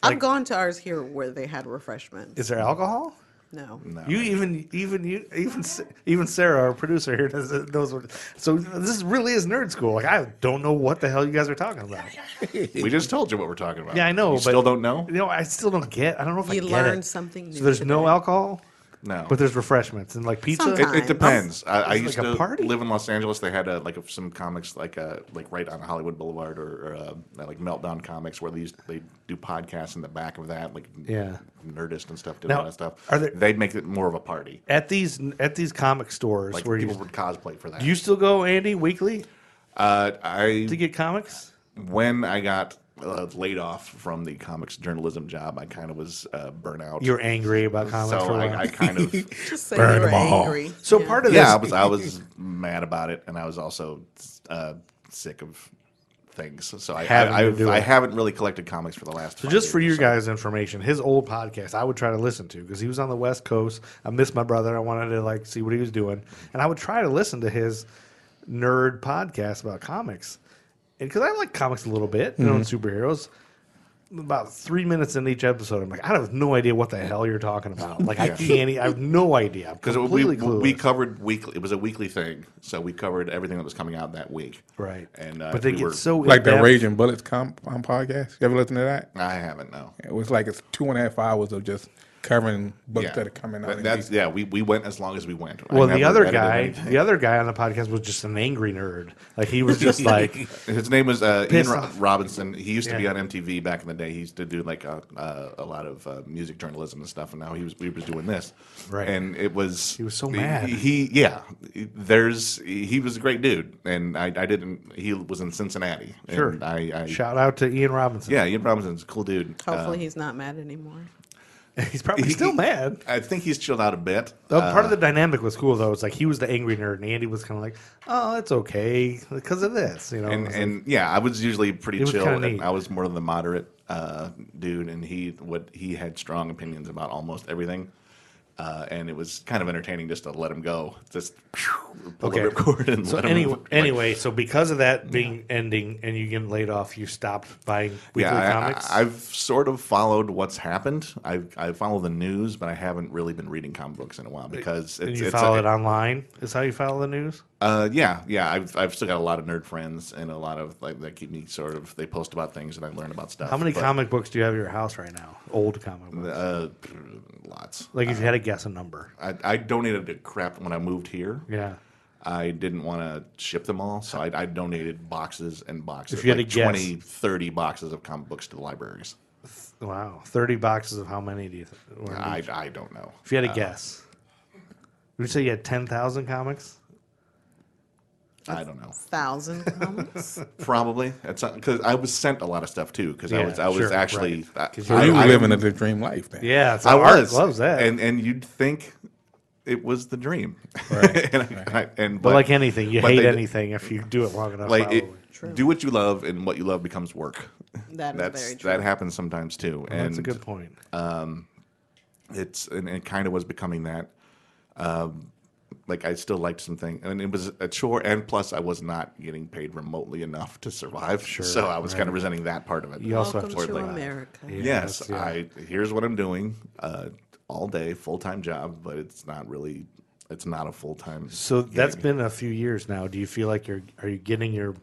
S2: I've gone to ours here where they had refreshments.
S4: is there alcohol?
S2: no.
S4: You even even you even S- even Sarah, our producer here, knows, knows what. So this really is nerd school. Like I don't know what the hell you guys are talking about.
S3: We just told you what we're talking about.
S4: Yeah, I know.
S3: You
S4: but,
S3: still don't know?
S4: You know, I still don't get. I don't know if I
S2: You
S4: get
S2: learn
S4: it.
S2: something
S4: So
S2: new
S4: there's no
S2: today.
S4: alcohol,
S3: No.
S4: but there's refreshments and like pizza.
S2: Sometimes.
S3: It, it depends. I, I
S4: It's
S3: used
S4: like a
S3: to
S4: party?
S3: live in Los Angeles. They had uh like some comics like uh, like right on Hollywood Boulevard or, or uh, like Meltdown Comics where they used, they do podcasts in the back of that like
S4: Yeah.
S3: Nerdist and stuff did
S4: Now,
S3: all that stuff.
S4: are there-
S3: They'd make it more of a party.
S4: At these at these comic stores
S3: Like
S4: where you,
S3: people would cosplay for that.
S4: do you still go Andy weekly
S3: uh, I
S4: to get comics?
S3: when I got uh, laid off from the comics journalism job, I kind of was uh, burnout.
S4: You're angry about comics
S3: so
S4: for a
S3: I,
S4: while.
S3: I kind of
S4: [laughs]
S2: Just say
S1: Burn
S2: you were
S1: 'em all.
S2: angry.
S4: so [laughs] part of
S3: yeah, I
S4: this
S3: was I was mad about it, and I was also uh, sick of things. So I
S4: Having to
S3: I, I've-
S4: do
S3: I
S4: it.
S3: haven't really collected comics for the last.
S4: So just for your guys' information, his old podcast I would try to listen to because he was on the West Coast. I missed my brother. I wanted to like see what he was doing, and I would try to listen to his nerd podcast about comics, and because I like comics a little bit, you know, and
S3: Mm-hmm.
S4: superheroes. About three minutes in each episode, I'm like, I have no idea what the hell you're talking about. Like, I can't. e, I have no idea.
S3: [laughs]
S4: I'm
S3: because
S4: completely
S3: we
S4: clueless.
S3: we covered weekly. It was a weekly thing, so we covered everything that was coming out that week.
S4: right,
S3: and uh,
S4: but they
S3: we
S4: get
S3: were-
S4: so
S1: like the
S4: in-depth.
S1: raging bullets comp um, podcast you ever listen to that
S3: I haven't no.
S1: It was like it's two and a half hours of just covering books
S3: Yeah,
S1: that are coming out.
S3: That-
S1: in
S3: that's
S1: these-
S3: yeah. We, we went as long as we went. I
S4: Well, the
S3: never
S4: other
S3: edited
S4: guy,
S3: anything.
S4: the other guy on the podcast was just an angry nerd. Like he was [laughs]
S3: [laughs]
S4: just like,
S3: His name was uh, Ian
S4: Piss
S3: Ro-
S4: off.
S3: Robinson. He used to be
S4: Yeah.
S3: on MTV back in the day. He used to do like a, uh, a lot of uh, music journalism and stuff, and now he was we was doing this.
S4: Right.
S3: And it was he
S4: was so mad.
S3: He, yeah. There's he was a great dude, and I, I didn't. He was in Cincinnati. and
S4: Sure.
S3: I, I
S4: Shout out to Ian Robinson.
S3: yeah. Ian Robinson's a cool dude. Uh,
S2: Hopefully he's not mad anymore.
S4: [laughs] He's probably
S3: [laughs]
S4: still mad.
S3: Uh, I think he's chilled out a bit.
S4: Uh, part of the dynamic was cool though. It's like he was the angry nerd, and Andy was kind of like, "Oh, it's okay because of this," you know.
S3: and,
S4: It was
S3: and yeah, I was usually pretty
S4: It was
S3: chill.
S4: kinda neat.
S3: And I was more of the moderate uh, dude, and he what he had strong opinions about almost everything, uh, and it was kind of entertaining just to let him go, just phew, pull the
S4: Okay.
S3: ripcord and
S4: like-
S3: let
S4: so
S3: him.
S4: anyway,
S3: like-
S4: anyway, so because of that being ending and you getting laid off, you stopped buying weekly
S3: yeah, I-
S4: comics.
S3: I, have sort of followed what's happened. I I follow the news, but I haven't really been reading comic books in a while because
S4: and
S3: it's,
S4: you
S3: it's
S4: follow
S3: a-
S4: it online. Is how you follow the news.
S3: Uh, yeah, yeah. I've I've still got a lot of nerd friends and a lot of like that keep me sort of. They post about things and I learn about stuff.
S4: How many
S3: Uh, but,
S4: comic books do you have at your house right now? Old comic books.
S3: Uh, lots.
S4: Like if you had to guess a number.
S3: I, I donated a crap when I moved here.
S4: Yeah.
S3: I didn't want to ship them all, so I, I donated boxes and boxes.
S4: If you had
S3: like
S4: to guess.
S3: 20, 30 boxes of comic books to the libraries.
S4: Wow. Thirty boxes of how many do you? Th- or-
S3: I, I don't know.
S4: if you had to guess, would you say you had ten thousand comics?
S3: I don't know.
S2: Thousand
S3: [laughs]
S2: comics.
S3: Probably because I was sent a lot of stuff too. Because I
S4: Yeah,
S3: was I was
S4: sure,
S3: actually I,
S4: right. 'Cause
S1: so you
S3: I-
S1: living a dream life, man.
S4: Yeah, so
S3: I
S4: Art
S3: was
S4: loves that.
S3: and and you'd think it was the dream. [laughs]
S1: Right,
S3: and I, I- and
S4: But like anything, you
S3: but
S4: hate
S3: they-
S4: anything if you do it long enough.
S3: like it,
S4: probably.
S3: do what you love, and what you love becomes work.
S2: That is
S3: That's
S2: very true.
S3: that happens sometimes too, and uh,
S4: that's a good point.
S3: it's and it kind of was becoming that. Um, like I still liked some things, and it was a chore, and plus I was not getting paid remotely enough to survive. Sure, so I was kind of resenting that part of it.
S4: You also have
S2: Welcome
S4: to
S2: to
S3: Like,
S2: America.
S3: yes,
S4: yeah.
S3: I here's what I'm doing uh, all day, full time job, but it's not really, it's not a full time.
S4: So that's been a few years now. Do you feel like you're are you getting your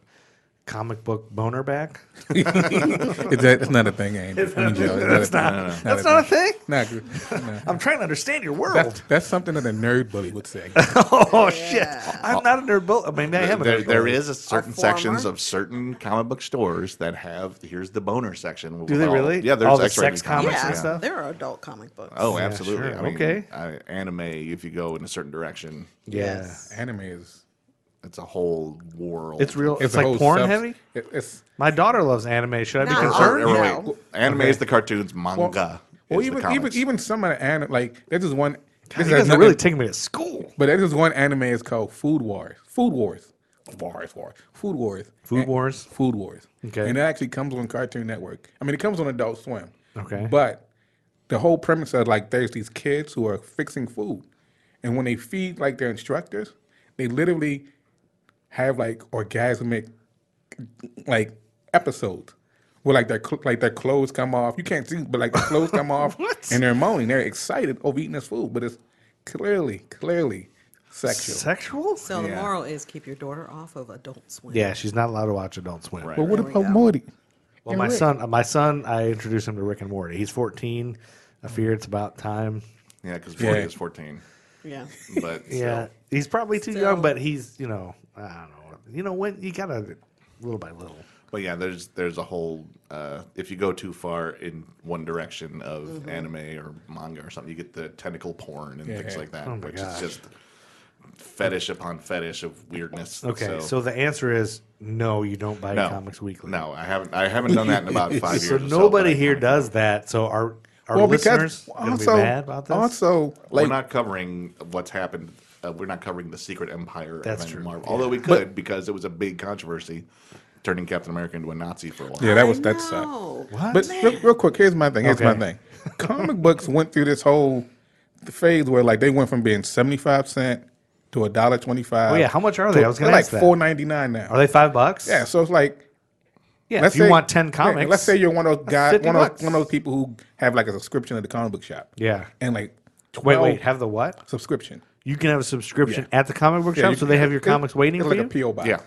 S4: comic book boner back?
S1: [laughs] it's, a, it's not a thing, Angel. Angel, it's not, a thing.
S4: That's not a thing.
S1: Not a thing. No, no.
S4: I'm trying to understand your [laughs]
S1: That's,
S4: world.
S1: that's something that a nerd bully would say. [laughs]
S4: oh shit! I'm not a nerd. Bull- I mean, I am a
S3: there,
S4: nerd.
S3: there
S4: bull.
S3: is a certain sections
S2: former-
S3: of certain comic book stores that have here's the boner section. with
S4: Do they
S3: all-
S4: really?
S3: Yeah, there's
S4: All the
S3: X-rated
S4: sex comics
S2: yeah,
S4: and stuff?
S2: there are adult comic books.
S3: Oh, absolutely.
S4: sure.
S3: I mean,
S4: Okay.
S3: I, anime, if you go in a certain direction,
S4: Yeah,
S2: Yes.
S1: Anime is
S3: it's a whole world.
S4: it's real. It's,
S1: a
S4: like
S1: whole
S4: porn
S1: subs-
S4: heavy.
S1: It, it's
S4: My daughter loves anime. Should I be
S2: No.
S3: Or,
S4: concerned?
S3: or
S2: No.
S3: wait, anime is the cartoons, manga.
S1: well,
S3: is Oh, the
S1: even even
S3: comics.
S1: even some of the anime like there's this one.
S4: You
S1: This
S4: guys
S1: has
S4: are
S1: nothing-
S4: really taking me to school.
S1: But there's this one anime. It's called Food Wars. Food Wars. Wars. Wars. Food Wars.
S4: Food
S1: And-
S4: Wars?
S1: Food Wars.
S4: Okay.
S1: And it actually comes on Cartoon Network. I mean, it comes on Adult Swim.
S4: Okay.
S1: But the whole premise of like there's these kids who are fixing food, and when they feed like their instructors, they literally have like orgasmic like episodes where like their cl- like their clothes come off. You can't see, but like their
S4: [laughs]
S1: clothes come off,
S4: What?
S1: and they're moaning. They're excited over eating this food, but it's clearly, clearly sexual.
S4: Sexual?
S2: So the
S3: Yeah.
S2: moral is keep your daughter off of Adult Swim.
S4: Yeah, she's not allowed to watch Adult Swim.
S3: Right.
S1: but what
S2: There we
S1: about
S2: go.
S1: Morty?
S4: Well, my son, uh, my son, I introduced him to Rick and Morty. He's 14. I fear it's about time.
S3: yeah, because
S1: Yeah.
S3: Morty is 14.
S2: Yeah.
S3: But [laughs]
S4: Yeah,
S3: yeah.
S4: he's probably too
S2: Still-
S4: young, but he's you know, I don't know. You know when you gotta little by little.
S3: But yeah, there's there's a whole uh, if you go too far in one direction of anime or manga or something, you get the tentacle porn and things
S1: yeah.
S3: like that,
S4: Oh my
S3: which
S4: gosh.
S3: is just fetish upon fetish of weirdness.
S4: Okay, so, the answer is no. You don't buy comics weekly.
S3: No, I haven't. I haven't done that
S4: [laughs]
S3: in about five
S4: So
S3: years. or
S4: nobody
S3: but I-
S4: here does that. So our our
S1: Well,
S4: listeners
S1: because
S4: gonna
S1: also,
S4: be mad about this.
S1: also like
S3: we're not covering what's happened. Uh, we're not covering the Secret Empire.
S4: That's
S3: of
S4: true,
S3: Marvel, although we could because it was a big controversy, turning Captain America into a Nazi for a while.
S1: yeah, that was
S2: I
S1: that
S3: uh,
S1: sucked.
S2: know.
S4: what?
S1: But real, real quick, here's my thing. Here's
S4: Oh, Okay.
S1: my thing. Comic books went through this whole phase where like they went from being seventy five cent to a dollar twenty five.
S4: Oh, yeah, how much are they? I was gonna
S1: like
S4: ask that.
S1: four ninety nine now.
S4: Are they five bucks?
S1: yeah, so it's like
S4: Yeah.
S1: let's
S4: if you
S1: say-
S4: want ten
S1: yeah,
S4: comics,
S1: let's say you're one of those guys,
S4: 50
S1: one of,
S4: bucks.
S1: those- one of those people who have like a subscription at the comic book shop.
S4: Yeah.
S1: and like
S4: Wait,
S1: twelve
S4: wait. Have the what?
S1: subscription.
S4: You can have a subscription at the comic book
S1: Yeah,
S4: shop,
S1: you
S4: so
S1: can-
S4: they have your
S1: it-
S4: comics waiting
S1: It's
S4: for
S1: like
S4: you.
S1: a PO box.
S3: Yeah.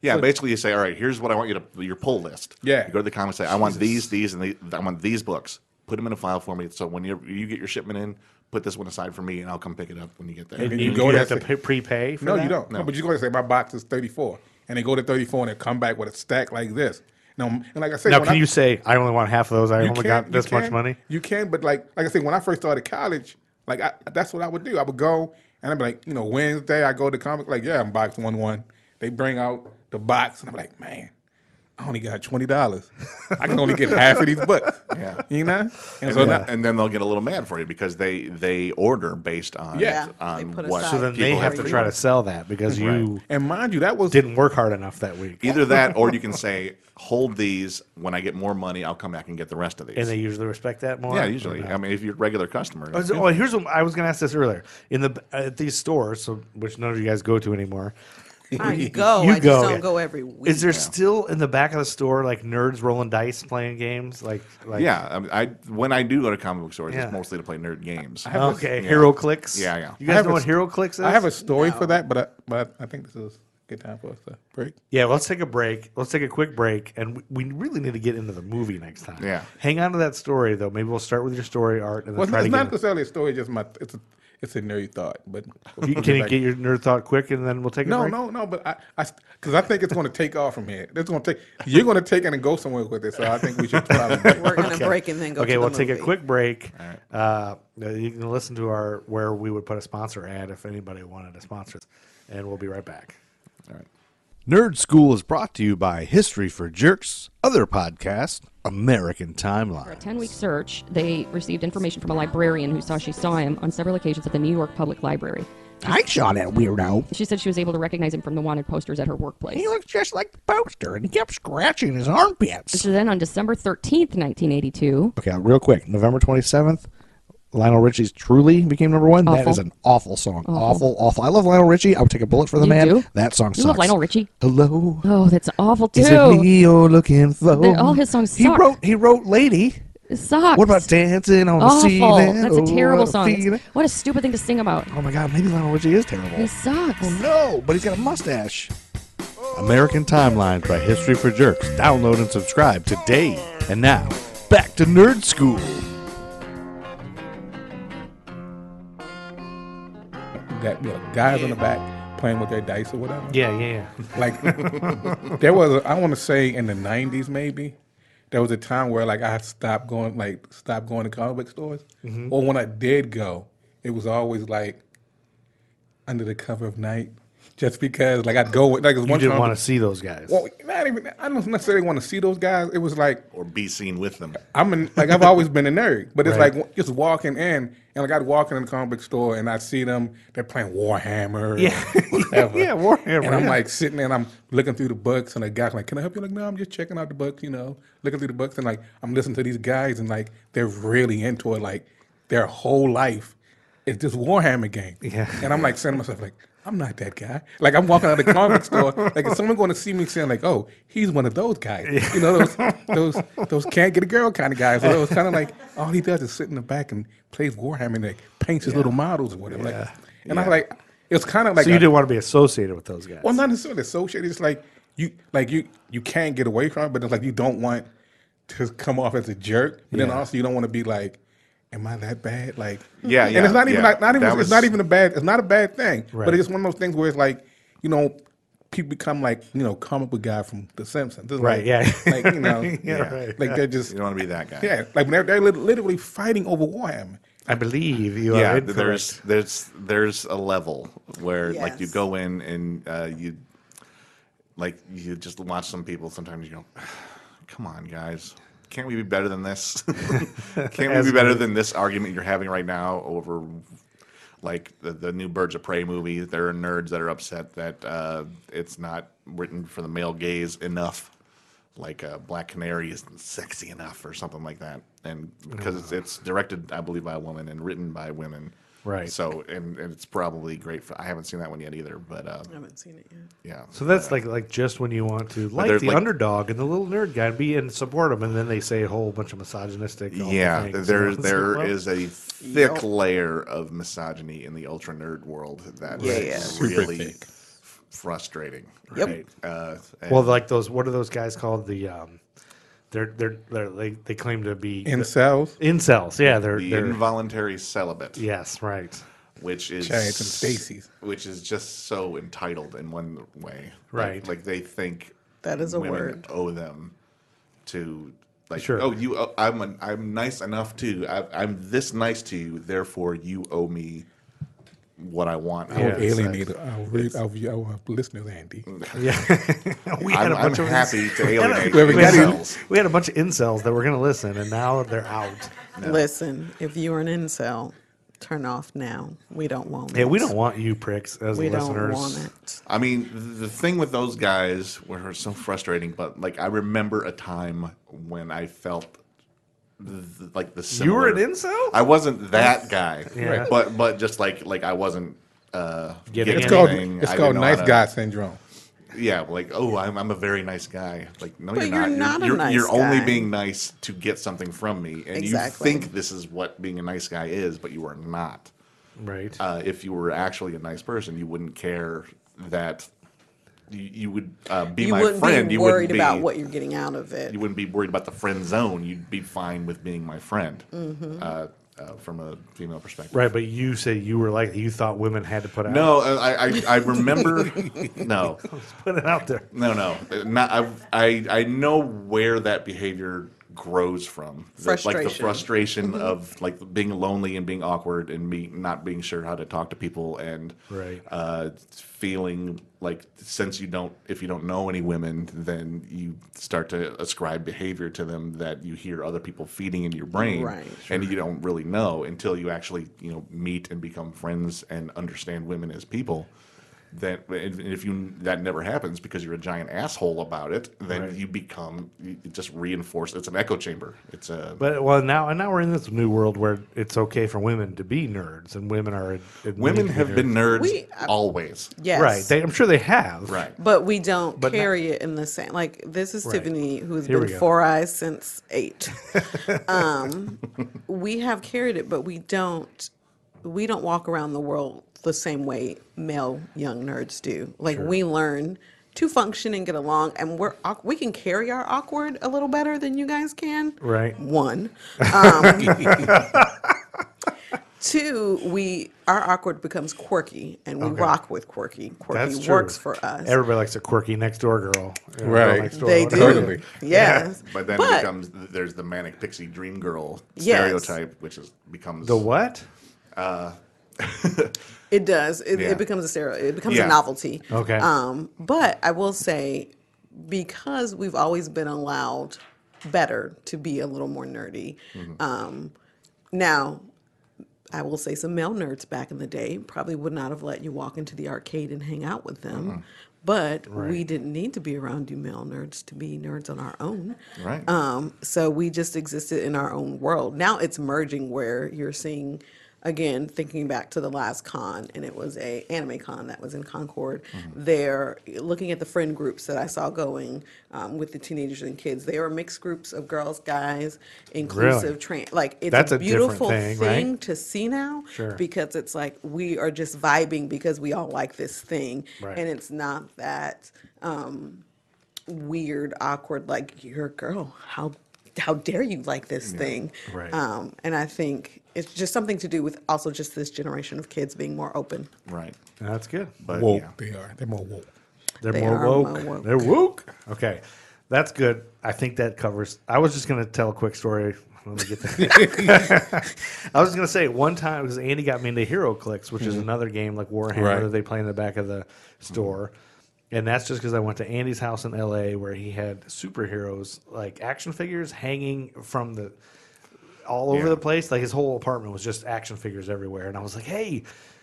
S3: Yeah, basically you say, all right, here's what I want you to your pull list.
S1: Yeah.
S3: You go to the comic, say, I want these, these, and these, I want these books. Put them in a file for me. So when you you get your shipment in, put this one aside for me, and I'll come pick it up when you get there.
S1: And
S4: You,
S1: you go
S4: have
S1: there
S4: to
S1: and
S4: pay, prepay. For
S1: No,
S4: that?
S1: you don't. No. but you go to say my box is thirty four, and they go to thirty four and they come back with a stack like this. Now, and like I said,
S4: Now,
S1: when
S4: can
S1: I-
S4: you say "Oh I only want half of those? I
S1: You
S4: only
S1: can-
S4: got
S1: you
S4: this much
S1: can-
S4: money.
S1: You can, but like like I said, when I first started college, like I, that's what I would do. I would go and I'd be like, you know, Wednesday I go to comic, like yeah, I'm box one one. They bring out the box, and I'm like, man, I only got twenty dollars. I can only get half of these books.
S3: Yeah.
S1: you know. And so
S3: And,
S1: now-
S3: then, and then they'll get a little mad for you because they they order based on
S1: Yeah. Yeah,
S3: on
S2: they put
S3: what
S2: aside.
S3: so
S4: Then they
S2: People
S4: have to
S2: have
S4: try to
S2: freedom.
S4: sell that because you
S1: and mind you, that was
S4: didn't work hard enough that week,
S3: either that or you can say hold these when I get more money I'll come back and get the rest of these.
S4: and they usually respect that more.
S3: yeah, usually. I mean, if you're a regular customer,
S4: Oh, so- oh, here's what I was going to ask this earlier. In the at these stores, so, which none of you guys go to anymore,
S2: I go.
S4: You
S2: I just
S4: go.
S2: don't go every week.
S4: is there still in the back of the store like nerds rolling dice playing games? Like, like
S3: yeah, I, mean, I when I do go to comic book stores,
S4: Yeah.
S3: it's mostly to play nerd games.
S4: Okay, Hero Clicks.
S3: Yeah, yeah.
S4: You
S1: I
S4: guys
S1: have
S4: know
S1: a
S4: what
S1: s-
S4: Hero Clicks is?
S1: I have a story for that, but I, but I think this is a good time for us to break.
S4: Yeah, let's take a break. Let's take a quick break, and we we really need to get into the movie next time.
S3: Yeah.
S4: hang on to that story though. Maybe we'll start with your story art, and then
S1: Well, it's
S4: try
S1: not,
S4: to
S1: it's
S4: get.
S1: not necessarily a story, just my it's a it's a nerdy thought, but
S4: you, can you get your nerd thought quick, and then we'll take a
S1: No,
S4: break?
S1: no, no. But I, I, because I think it's going to take off from here. It's going to take. You're going to take it and go somewhere with it. So I think we should probably.
S2: We're gonna break and then go.
S4: Okay,
S2: to the
S4: we'll take a
S2: movie.
S4: quick break. Uh, you can listen to our where we would put a sponsor ad if anybody wanted to sponsor us, and we'll be right back.
S3: All right.
S4: Nerd School is brought to you by History for Jerks, other podcast, American
S5: For a
S4: Timeline.
S5: 10 week search, they received information from a librarian who saw she saw him on several occasions at the New York Public Library.
S6: I saw that weirdo.
S5: She said she was able to recognize him from the wanted posters at her workplace.
S6: He looked just like the poster, and he kept scratching his armpits.
S5: So then on December 13th, 1982,
S6: Okay, real quick, November twenty seventh, Lionel Richie's "Truly" became number one. That
S5: Awful.
S6: is an awful song. Awful, awful. I love Lionel Richie. I would take a bullet for the
S5: You
S6: man.
S5: do?
S6: That song sucks.
S5: you love Lionel Richie.
S6: Hello,
S5: Oh, that's awful too.
S6: is it me you're looking for?
S5: They're- all his songs
S6: He
S5: suck.
S6: wrote. He wrote "Lady."
S5: It sucks.
S6: What about dancing on the
S5: Awful.
S6: ceiling?
S5: That's a
S6: Oh,
S5: terrible song.
S6: feeling.
S5: It's- What a stupid thing to sing about.
S6: Oh my God, maybe Lionel Richie is terrible.
S5: He sucks.
S6: Oh no, but he's got a mustache.
S4: American Timelines by History for Jerks. Download and subscribe today. And now, back to Nerd School.
S1: Got you know, guys in the back playing with their dice or whatever.
S4: Yeah, yeah, yeah.
S1: Like there was, a, I want to say in the '90s maybe, there was a time where like I stopped going, like stopped going to comic book stores,
S4: Mm-hmm.
S1: or when I did go, it was always like under the cover of night, just because like I'd go with like it was
S4: You
S1: one
S4: didn't
S1: time-
S4: want to see those guys.
S1: Well, not even. I don't necessarily want to see those guys. It was like
S3: or be seen with them.
S1: I'm an, like I've always been a nerd, but it's
S4: Right.
S1: like just walking in, and like I'd walk in the comic book store, and I see them. They're playing Warhammer,
S4: Yeah. [laughs]
S1: or whatever.
S4: Yeah, Warhammer,
S1: And I'm
S4: yeah.
S1: like sitting there, and I'm looking through the books, and the guy's like, "Can I help you?" Like, no, I'm just checking out the books, you know, looking through the books, and like I'm listening to these guys, and like they're really into it, like their whole life is this Warhammer game.
S4: Yeah.
S1: And I'm like saying to myself, like, I'm not that guy. Like I'm walking out of the comic store, like is someone going to see me saying like, oh, he's one of those guys. You know, those those those can't get a girl kind of guys. Or those kind
S4: [laughs]
S1: of like all he does is sit in the back and plays Warhammer and like paints his little models or whatever. Like, and I'm like, it's kind of like
S4: so you
S1: a-
S4: didn't want to be associated with those guys.
S1: well, not necessarily associated. It's like you, like you, you can't get away from it, but it's like you don't want to come off as a jerk. But then
S4: Yeah.
S1: also, you don't want to be like, "Am I that bad?" Like,
S3: Yeah,
S1: And
S3: yeah,
S1: it's not even
S3: yeah.
S1: like not even
S3: That
S1: it's
S3: was-
S1: not even a bad it's not a bad thing.
S4: Right.
S1: But it's just one of those things where it's like you know people become like you know comic book guy from The Simpsons, It's
S4: Right,
S1: like-
S4: yeah.
S1: like you know,
S4: Yeah, right.
S1: like they're just
S3: You don't want to be that guy.
S1: yeah, like when they're, they're lit- literally fighting over Warhammer.
S4: I believe you are
S3: yeah.
S4: incorrect.
S3: There's there's there's a level where like you
S2: Yes.
S3: go in and uh, you like you just watch some people. Sometimes you go, [sighs] come on, guys. Can't we be better than this? [laughs] Can't
S4: As
S3: we be better than this argument you're having right now over like the, the new Birds of Prey movie? There are nerds that are upset that uh, it's not written for the male gaze enough. Like uh, Black Canary isn't sexy enough or something like that. And because it's, it's directed, I believe, by a woman and written by women.
S4: Right.
S3: So, and, and it's probably great for, I haven't seen that one yet either, but uh,
S2: I haven't seen it yet.
S3: yeah.
S4: So that's like like just when you want to like
S3: they're
S4: the
S3: like-
S4: underdog and the little nerd guy and be and support him, and then they say a whole bunch of misogynistic. awful
S3: Yeah,
S4: things.
S3: there
S4: It's like,
S3: there
S4: well,
S3: is a thick layer of misogyny in the ultra nerd world that
S2: Yeah,
S3: is
S2: yeah.
S1: Super
S3: really
S1: thick.
S3: f- frustrating.
S2: Yep.
S3: Right. Uh, and-
S4: Well, like those. What are those guys called? The um, they're they're, they're they they claim to be
S1: Incels,
S4: incels. Yeah, they're
S3: the
S4: they're
S3: involuntary celibate,
S4: yes,
S3: [laughs]
S4: right,
S3: which is
S1: Giants and Stacey's.
S3: which is just so entitled in one way. Like-
S4: Right.
S3: Like, they think
S2: That is a
S3: women
S2: word.
S3: owe them to like
S4: Sure.
S3: oh you owe- I'm an, I'm nice enough to I, I'm this nice to you therefore you owe me what I want.
S1: I
S4: Yeah,
S1: will
S4: it's
S1: alienate our, re- our, our listeners, Andy.
S4: [laughs] we
S3: I'm, I'm
S4: of [laughs]
S3: happy to [laughs] alienate
S1: Whoever got it.
S3: incels.
S4: we had a bunch of incels that were going to listen, and now they're out.
S2: Listen, if you're an incel, turn off now. We don't want it.
S4: Yeah, we don't want you pricks as
S2: We
S4: listeners.
S2: don't want it.
S3: I mean, th- the thing with those guys were so frustrating, but like I remember a time when I felt th- th- like the
S4: You
S3: similar,
S4: were an incel.
S3: I wasn't that guy,
S4: Yeah.
S3: but but just like like I wasn't uh,
S4: Getting
S1: It's
S4: Anything.
S1: called
S3: anything.
S1: it's
S3: I
S1: called
S3: didn't know how
S1: nice
S3: to-
S1: guy syndrome.
S3: Yeah, like oh, I'm I'm a very nice guy. Like no,
S2: But
S3: you're,
S2: you're
S3: not.
S2: not a
S3: you're
S2: nice
S3: you're only
S2: guy.
S3: being nice to get something from me, and
S2: Exactly.
S3: you think this is what being a nice guy is, but you are not.
S4: Right.
S3: uh, if you were actually a nice person, you wouldn't care that you, you would uh, be
S2: You
S3: my
S2: wouldn't
S3: friend.
S2: be
S3: you
S2: worried
S3: wouldn't be
S2: about what you're getting out of it.
S3: you wouldn't be worried about the friend zone. You'd be fine with being my friend
S2: Mm-hmm.
S3: uh, uh, from a female perspective.
S4: Right, but you said you were like you thought women had to put out
S3: No, I, I,
S2: [laughs]
S3: I remember. no,
S4: [laughs] put it out there.
S3: no, no. Not, I, I, I know where that behavior grows from The- like
S2: Frustration.
S3: the
S2: Mm-hmm.
S3: frustration of like being lonely and being awkward and me not being sure how to talk to people and
S4: Right.
S3: uh, feeling like since you don't if you don't know any women then you start to ascribe behavior to them that you hear other people feeding into your brain
S2: Right.
S3: and you don't really know until you actually you know meet and become friends and understand women as people that and if you that never happens because you're a giant asshole about it then you become you just reinforce it's an echo chamber it's a
S4: But well, now and now we're in this new world where it's okay for women to be nerds, and women are admitted
S3: women
S4: to be
S3: have
S4: nerds.
S3: been nerds
S2: We- uh, I-
S3: always
S2: Yes.
S4: right. They, I'm sure they have.
S3: right
S2: but we don't
S4: But not-
S2: carry it in the same. Like this is Tiffany, who has
S4: Here we
S2: been
S4: go.
S2: four eyes since
S4: [laughs]
S2: eight. um, we have carried it, but we don't. We don't walk around the world the same way male young nerds do. Like we learn to function and get along, and we're awk- we can carry our awkward a little better than you guys can.
S4: Right.
S2: One.
S4: [laughs]
S2: Um, Two, we our awkward becomes quirky, and we rock with quirky. Quirky
S4: That's true.
S2: works for us.
S4: Everybody likes a quirky next door girl. or girl
S1: Right.
S4: next door,
S2: They do.
S4: whatever.
S1: Totally.
S2: Yes.
S3: but then it becomes there's the manic pixie dream girl
S2: Yes.
S3: stereotype which is becomes
S4: The what?
S2: it does. It,
S3: Yeah.
S2: it becomes a stereo. It becomes
S3: Yeah.
S2: a novelty.
S4: Okay.
S2: Um, but I will say, because we've always been allowed better to be a little more nerdy.
S3: Mm-hmm.
S2: Um, now, I will say some male nerds back in the day probably would not have let you walk into the arcade and hang out with them. But we didn't need to be around you male nerds to be nerds on our own.
S3: Right.
S2: Um, so we just existed in our own world. Now it's merging where you're seeing, again, thinking back to the last con, and it was a anime con that was in Concord. There, looking at the friend groups that I saw going um, with the teenagers and kids, they were mixed groups of girls, guys, inclusive, trans. Like it's
S4: That's
S2: a
S4: a different
S2: beautiful
S4: thing,
S2: thing,
S4: right?
S2: to see now because it's like we are just vibing because we all like this thing,
S4: Right.
S2: and it's not that um, weird, awkward, like you're a girl. How how dare you like this thing?
S4: Right.
S2: Um, and I think it's just something to do with also just this generation of kids being more open.
S3: right
S4: That's good.
S3: but
S1: woke.
S3: yeah
S1: They are. They're more woke.
S4: They're
S2: They
S4: more
S2: are
S4: woke.
S2: more woke.
S4: They're woke. Okay. That's good. I think that covers. I was just going to tell a quick story. Let me get that. I was going to say one time because Andy got me into Hero Clicks, which is another game like Warhammer
S1: Right.
S4: that they play in the back of the store. And that's just because I went to Andy's house in LA where he had superheroes, like action figures hanging from the all over
S3: Yeah.
S4: the place. Like his whole apartment was just action figures everywhere. And I was like, hey,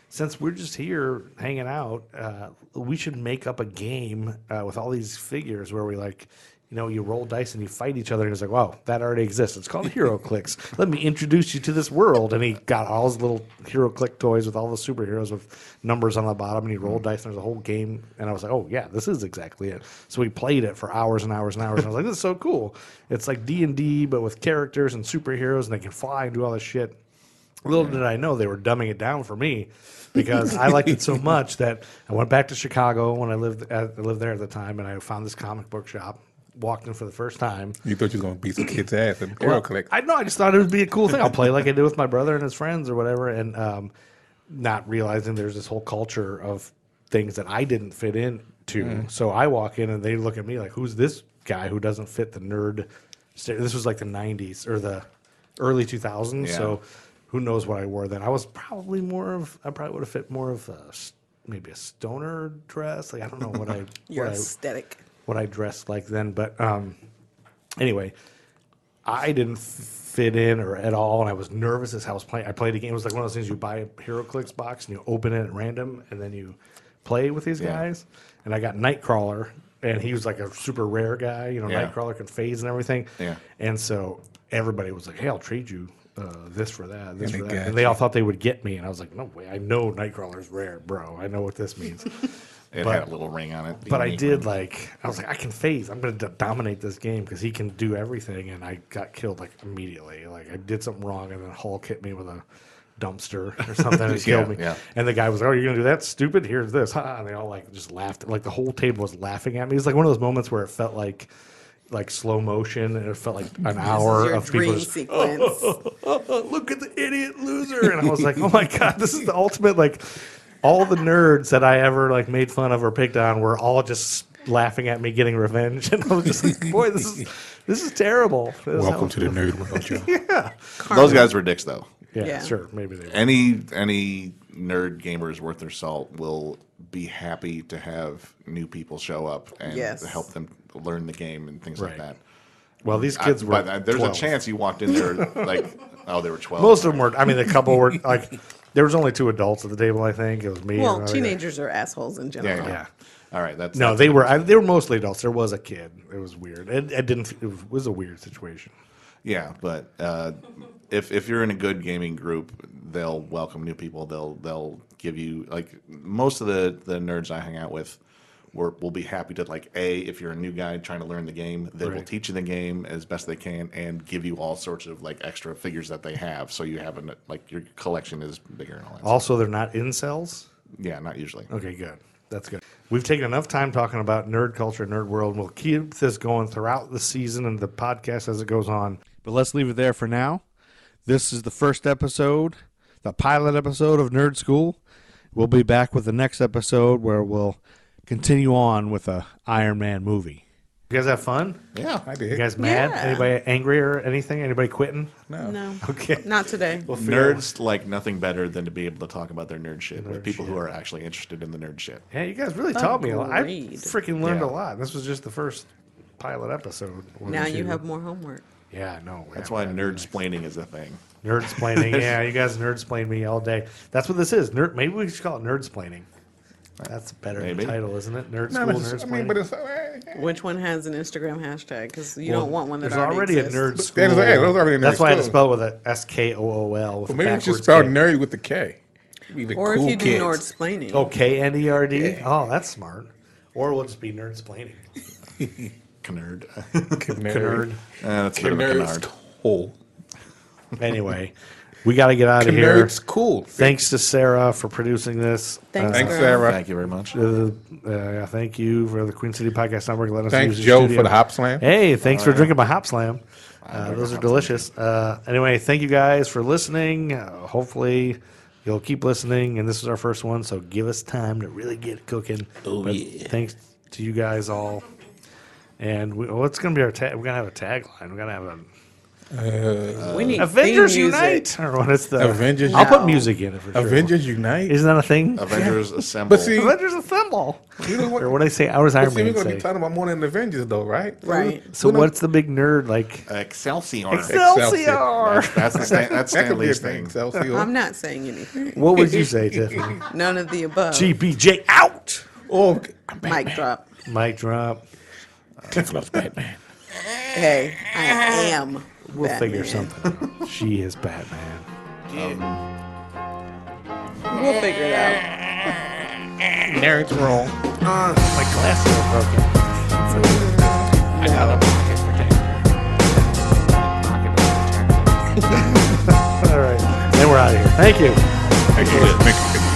S4: since we're just here hanging out, uh, we should make up a game uh, with all these figures where we like, you know, you roll dice and you fight each other. And he's like, wow, that already exists. It's called Hero Clicks. Let me introduce you to this world. And he got all his little Hero Click toys with all the superheroes with numbers on the bottom. And he rolled dice and there's a whole game. And I was like, oh, yeah, this is exactly it. So we played it for hours and hours and hours. And I was like, this is so cool. It's like D&D, but with characters and superheroes. And they can fly and do all this shit. Little did I know they were dumbing it down for me because I liked it so much that I went back to Chicago when I lived I lived there at the time, and I found this comic book shop. Walked in for the first time.
S1: You thought you were gonna beat some kid's ass and girl click.
S4: I know. I just thought it would be a cool thing. I'll play like I did with my brother and his friends or whatever, and um, not realizing there's this whole culture of things that I didn't fit in to. So I walk in and they look at me like, "Who's this guy who doesn't fit the nerd?" st-" This was like the '90s or the early 2000s.
S3: Yeah.
S4: So who knows what I wore then? I was probably more of. I probably would have fit more of a, s- maybe a stoner dress. Like I don't know what I.
S2: Your [laughs]
S4: what I-
S2: aesthetic.
S4: what I dressed like then. But um, anyway, I didn't f- fit in or at all, and I was nervous as hell. I was playing. I played a game. It was like one of those things you buy a HeroClix box and you open it at random, and then you play with these
S3: Yeah.
S4: guys. And I got Nightcrawler, and he was like a super rare guy. You know,
S3: Yeah.
S4: Nightcrawler can phase and everything.
S3: Yeah.
S4: And so everybody was like, "Hey, I'll trade you." Uh, this for that, this
S1: And they
S4: for that.
S1: got
S4: And they all thought they would get me, and I was like, "No way! I know Nightcrawler's rare, bro. I know what this means."
S3: [laughs] it
S4: But-
S3: had a little ring on it
S4: but I did like I was like I can phase. I'm going to dominate this game because he can do everything, and I got killed like immediately. Like I did something wrong, and then Hulk hit me with a dumpster
S2: [laughs]
S4: or something and killed me.
S3: yeah.
S4: And the guy was like, "Oh, you're going to do that? Stupid! Here's this!" Ha! And they all like just laughed. Like the whole table was laughing at me. It was like one of those moments where it felt like like slow motion, and it felt
S2: [laughs]
S4: like an
S2: this
S4: hour
S2: is your
S4: of people [laughs]
S2: dream
S4: just
S2: sequence.
S4: Uh, look at the idiot loser and i was like oh my [laughs] god this is the ultimate like all the nerds that i ever like made [laughs] fun of or picked on were all just laughing at me getting revenge and i was just like boy this is This is terrible. This is how-
S1: Welcome to the nerd world, [laughs] Joe.
S3: Those guys were dicks, though.
S4: Yeah,
S2: Yeah.
S4: sure. Maybe they. Were.
S3: Any any nerd gamer is worth their salt will be happy to have new people show up and
S2: Yes.
S3: help them learn the game and things
S4: Right.
S3: like that.
S4: Well, these kids
S3: I-
S4: were.
S3: but, uh, there's
S4: 12.
S3: a chance you walked in there like [laughs] oh they were twelve.
S4: Most of them were. I mean, a couple were like. There was only two adults at the table. I think it was me. and
S2: Well,
S4: another guy.
S2: teenagers are assholes in general.
S3: Yeah, yeah.
S4: Yeah.
S3: All right, that's
S4: No,
S3: that's
S4: they
S3: good.
S4: were. I, they were mostly adults. There was a kid. It was weird. It, it didn't. It was a weird situation.
S3: Yeah, but uh, if if you're in a good gaming group, they'll welcome new people. They'll they'll give you like most of the the nerds I hang out with. We're, will be happy to like a if you're a new guy trying to learn the game they will
S4: Right.
S3: teach you the game as best they can and give you all sorts of like extra figures that they have so you have an like your collection is bigger and all that stuff.
S4: Also, they're not incels.
S3: yeah not usually
S4: Okay, good. That's good. We've taken enough time talking about nerd culture, nerd world, and we'll keep this going throughout the season and the podcast as it goes on.
S6: But let's leave it there for now. This is the first episode, the pilot episode of Nerd School. We'll be back with the next episode where we'll continue on with a Iron Man movie.
S4: You guys have fun?
S3: yeah I
S4: You
S1: did.
S4: guys mad?
S2: Yeah.
S4: Anybody angry or anything? Anybody quitting?
S1: No.
S2: No,
S4: Okay.
S2: not today.
S3: nerds like nothing better than to be able to talk about their nerd shit with people who are actually interested in the nerd shit
S4: Yeah, you guys really taught me a lot. I
S2: Agreed.
S4: freaking learned
S3: Yeah.
S4: a lot. This was just the first pilot episode. One
S2: now
S4: or
S2: you
S4: two.
S2: have more homework.
S4: Yeah, no.
S3: that's why nerd splaining is a thing [laughs]
S4: Nerdsplaining. yeah, you guys nerdsplain me all day. That's what this is. Nerd, maybe we should call it nerdsplaining. That's a better
S3: Maybe.
S4: title, isn't it? Nerd school,
S1: No, but it's- I
S4: nerdsplaining.
S1: mean, but it's. eh, eh.
S2: Which one has an Instagram hashtag? Because you
S4: Well,
S2: don't want one that
S4: there's already,
S2: already,
S4: a nerd
S2: exists.
S4: school.
S1: there's- yeah, there's already a nerd
S4: That's why I had to
S1: school.
S4: spell with a S K O O L. with a
S1: Well, maybe we should
S4: backwards
S1: spell
S4: K.
S1: nerd with the K. We the
S2: Or
S1: cool
S2: if you do
S1: kids.
S2: nerd splaining,
S4: Oh, K N E R D.
S1: Yeah.
S4: Oh, that's smart. Or we'll just be nerdsplaining.
S3: Nerd. [laughs]
S1: Nerd.
S3: Uh, that's a bit of a canard.
S1: Nerd's cool.
S4: Anyway, we got to get out of here.
S1: Nerd's cool.
S4: Thanks to Sarah for producing this.
S2: Thanks,
S1: Thanks,
S2: girl.
S1: Sarah.
S3: Thank you very much.
S4: Uh, uh, thank you for the Queen City Podcast Network. letting us
S1: Thanks,
S4: use your
S1: Joe,
S4: studio.
S1: for the Hop Slam. Oh,
S4: Hey, thanks for drinking my Hop Slam. Uh,
S3: love
S4: those are
S3: the Hop Slam.
S4: delicious. Uh, anyway, thank you guys for listening. Uh, hopefully, you'll keep listening. And this is our first one, so give us time to really get cooking. Oh, yeah. Thanks to you guys all. And we, what's going to be our tag? We're going to have a tagline. We're going to have a
S2: we need
S4: Avengers
S2: theme music.
S4: Unite. Or what is the
S1: Avengers
S4: I'll put
S2: No.
S4: music in it for sure.
S1: Avengers Unite.
S4: Isn't that a thing?
S3: Avengers Assemble.
S1: But see-
S4: Avengers Assemble.
S1: you know what?
S4: or what do I say? I was Iron
S1: See, we're
S4: Man.
S1: going to
S4: Say.
S1: be talking about more than Avengers, though, right?
S2: Right.
S4: So
S1: We're not-
S4: what's the big nerd like?
S3: Excelsior.
S4: Excelsior!
S3: That's the Stan, that's
S1: That
S3: Stan
S1: could be a
S3: Lee's
S1: thing.
S3: thing.
S1: Celsius.
S2: [laughs] I'm not saying anything.
S4: What would you say,
S2: [laughs]
S4: Tiffany?
S2: None of the above.
S4: GBJ out.
S1: oh, I'm
S2: Mic drop.
S4: Mic drop.
S1: Batman. Batman.
S2: Hey, I am.
S4: We'll figure
S2: Batman.
S4: something. out. she is Batman.
S2: We'll figure it out.
S1: Nerd's wrong.
S4: My glasses are broken.
S3: I got a pocket protector.
S4: [laughs] All right, and we're out of here. Thank you.
S3: Pocket protector. Thank you.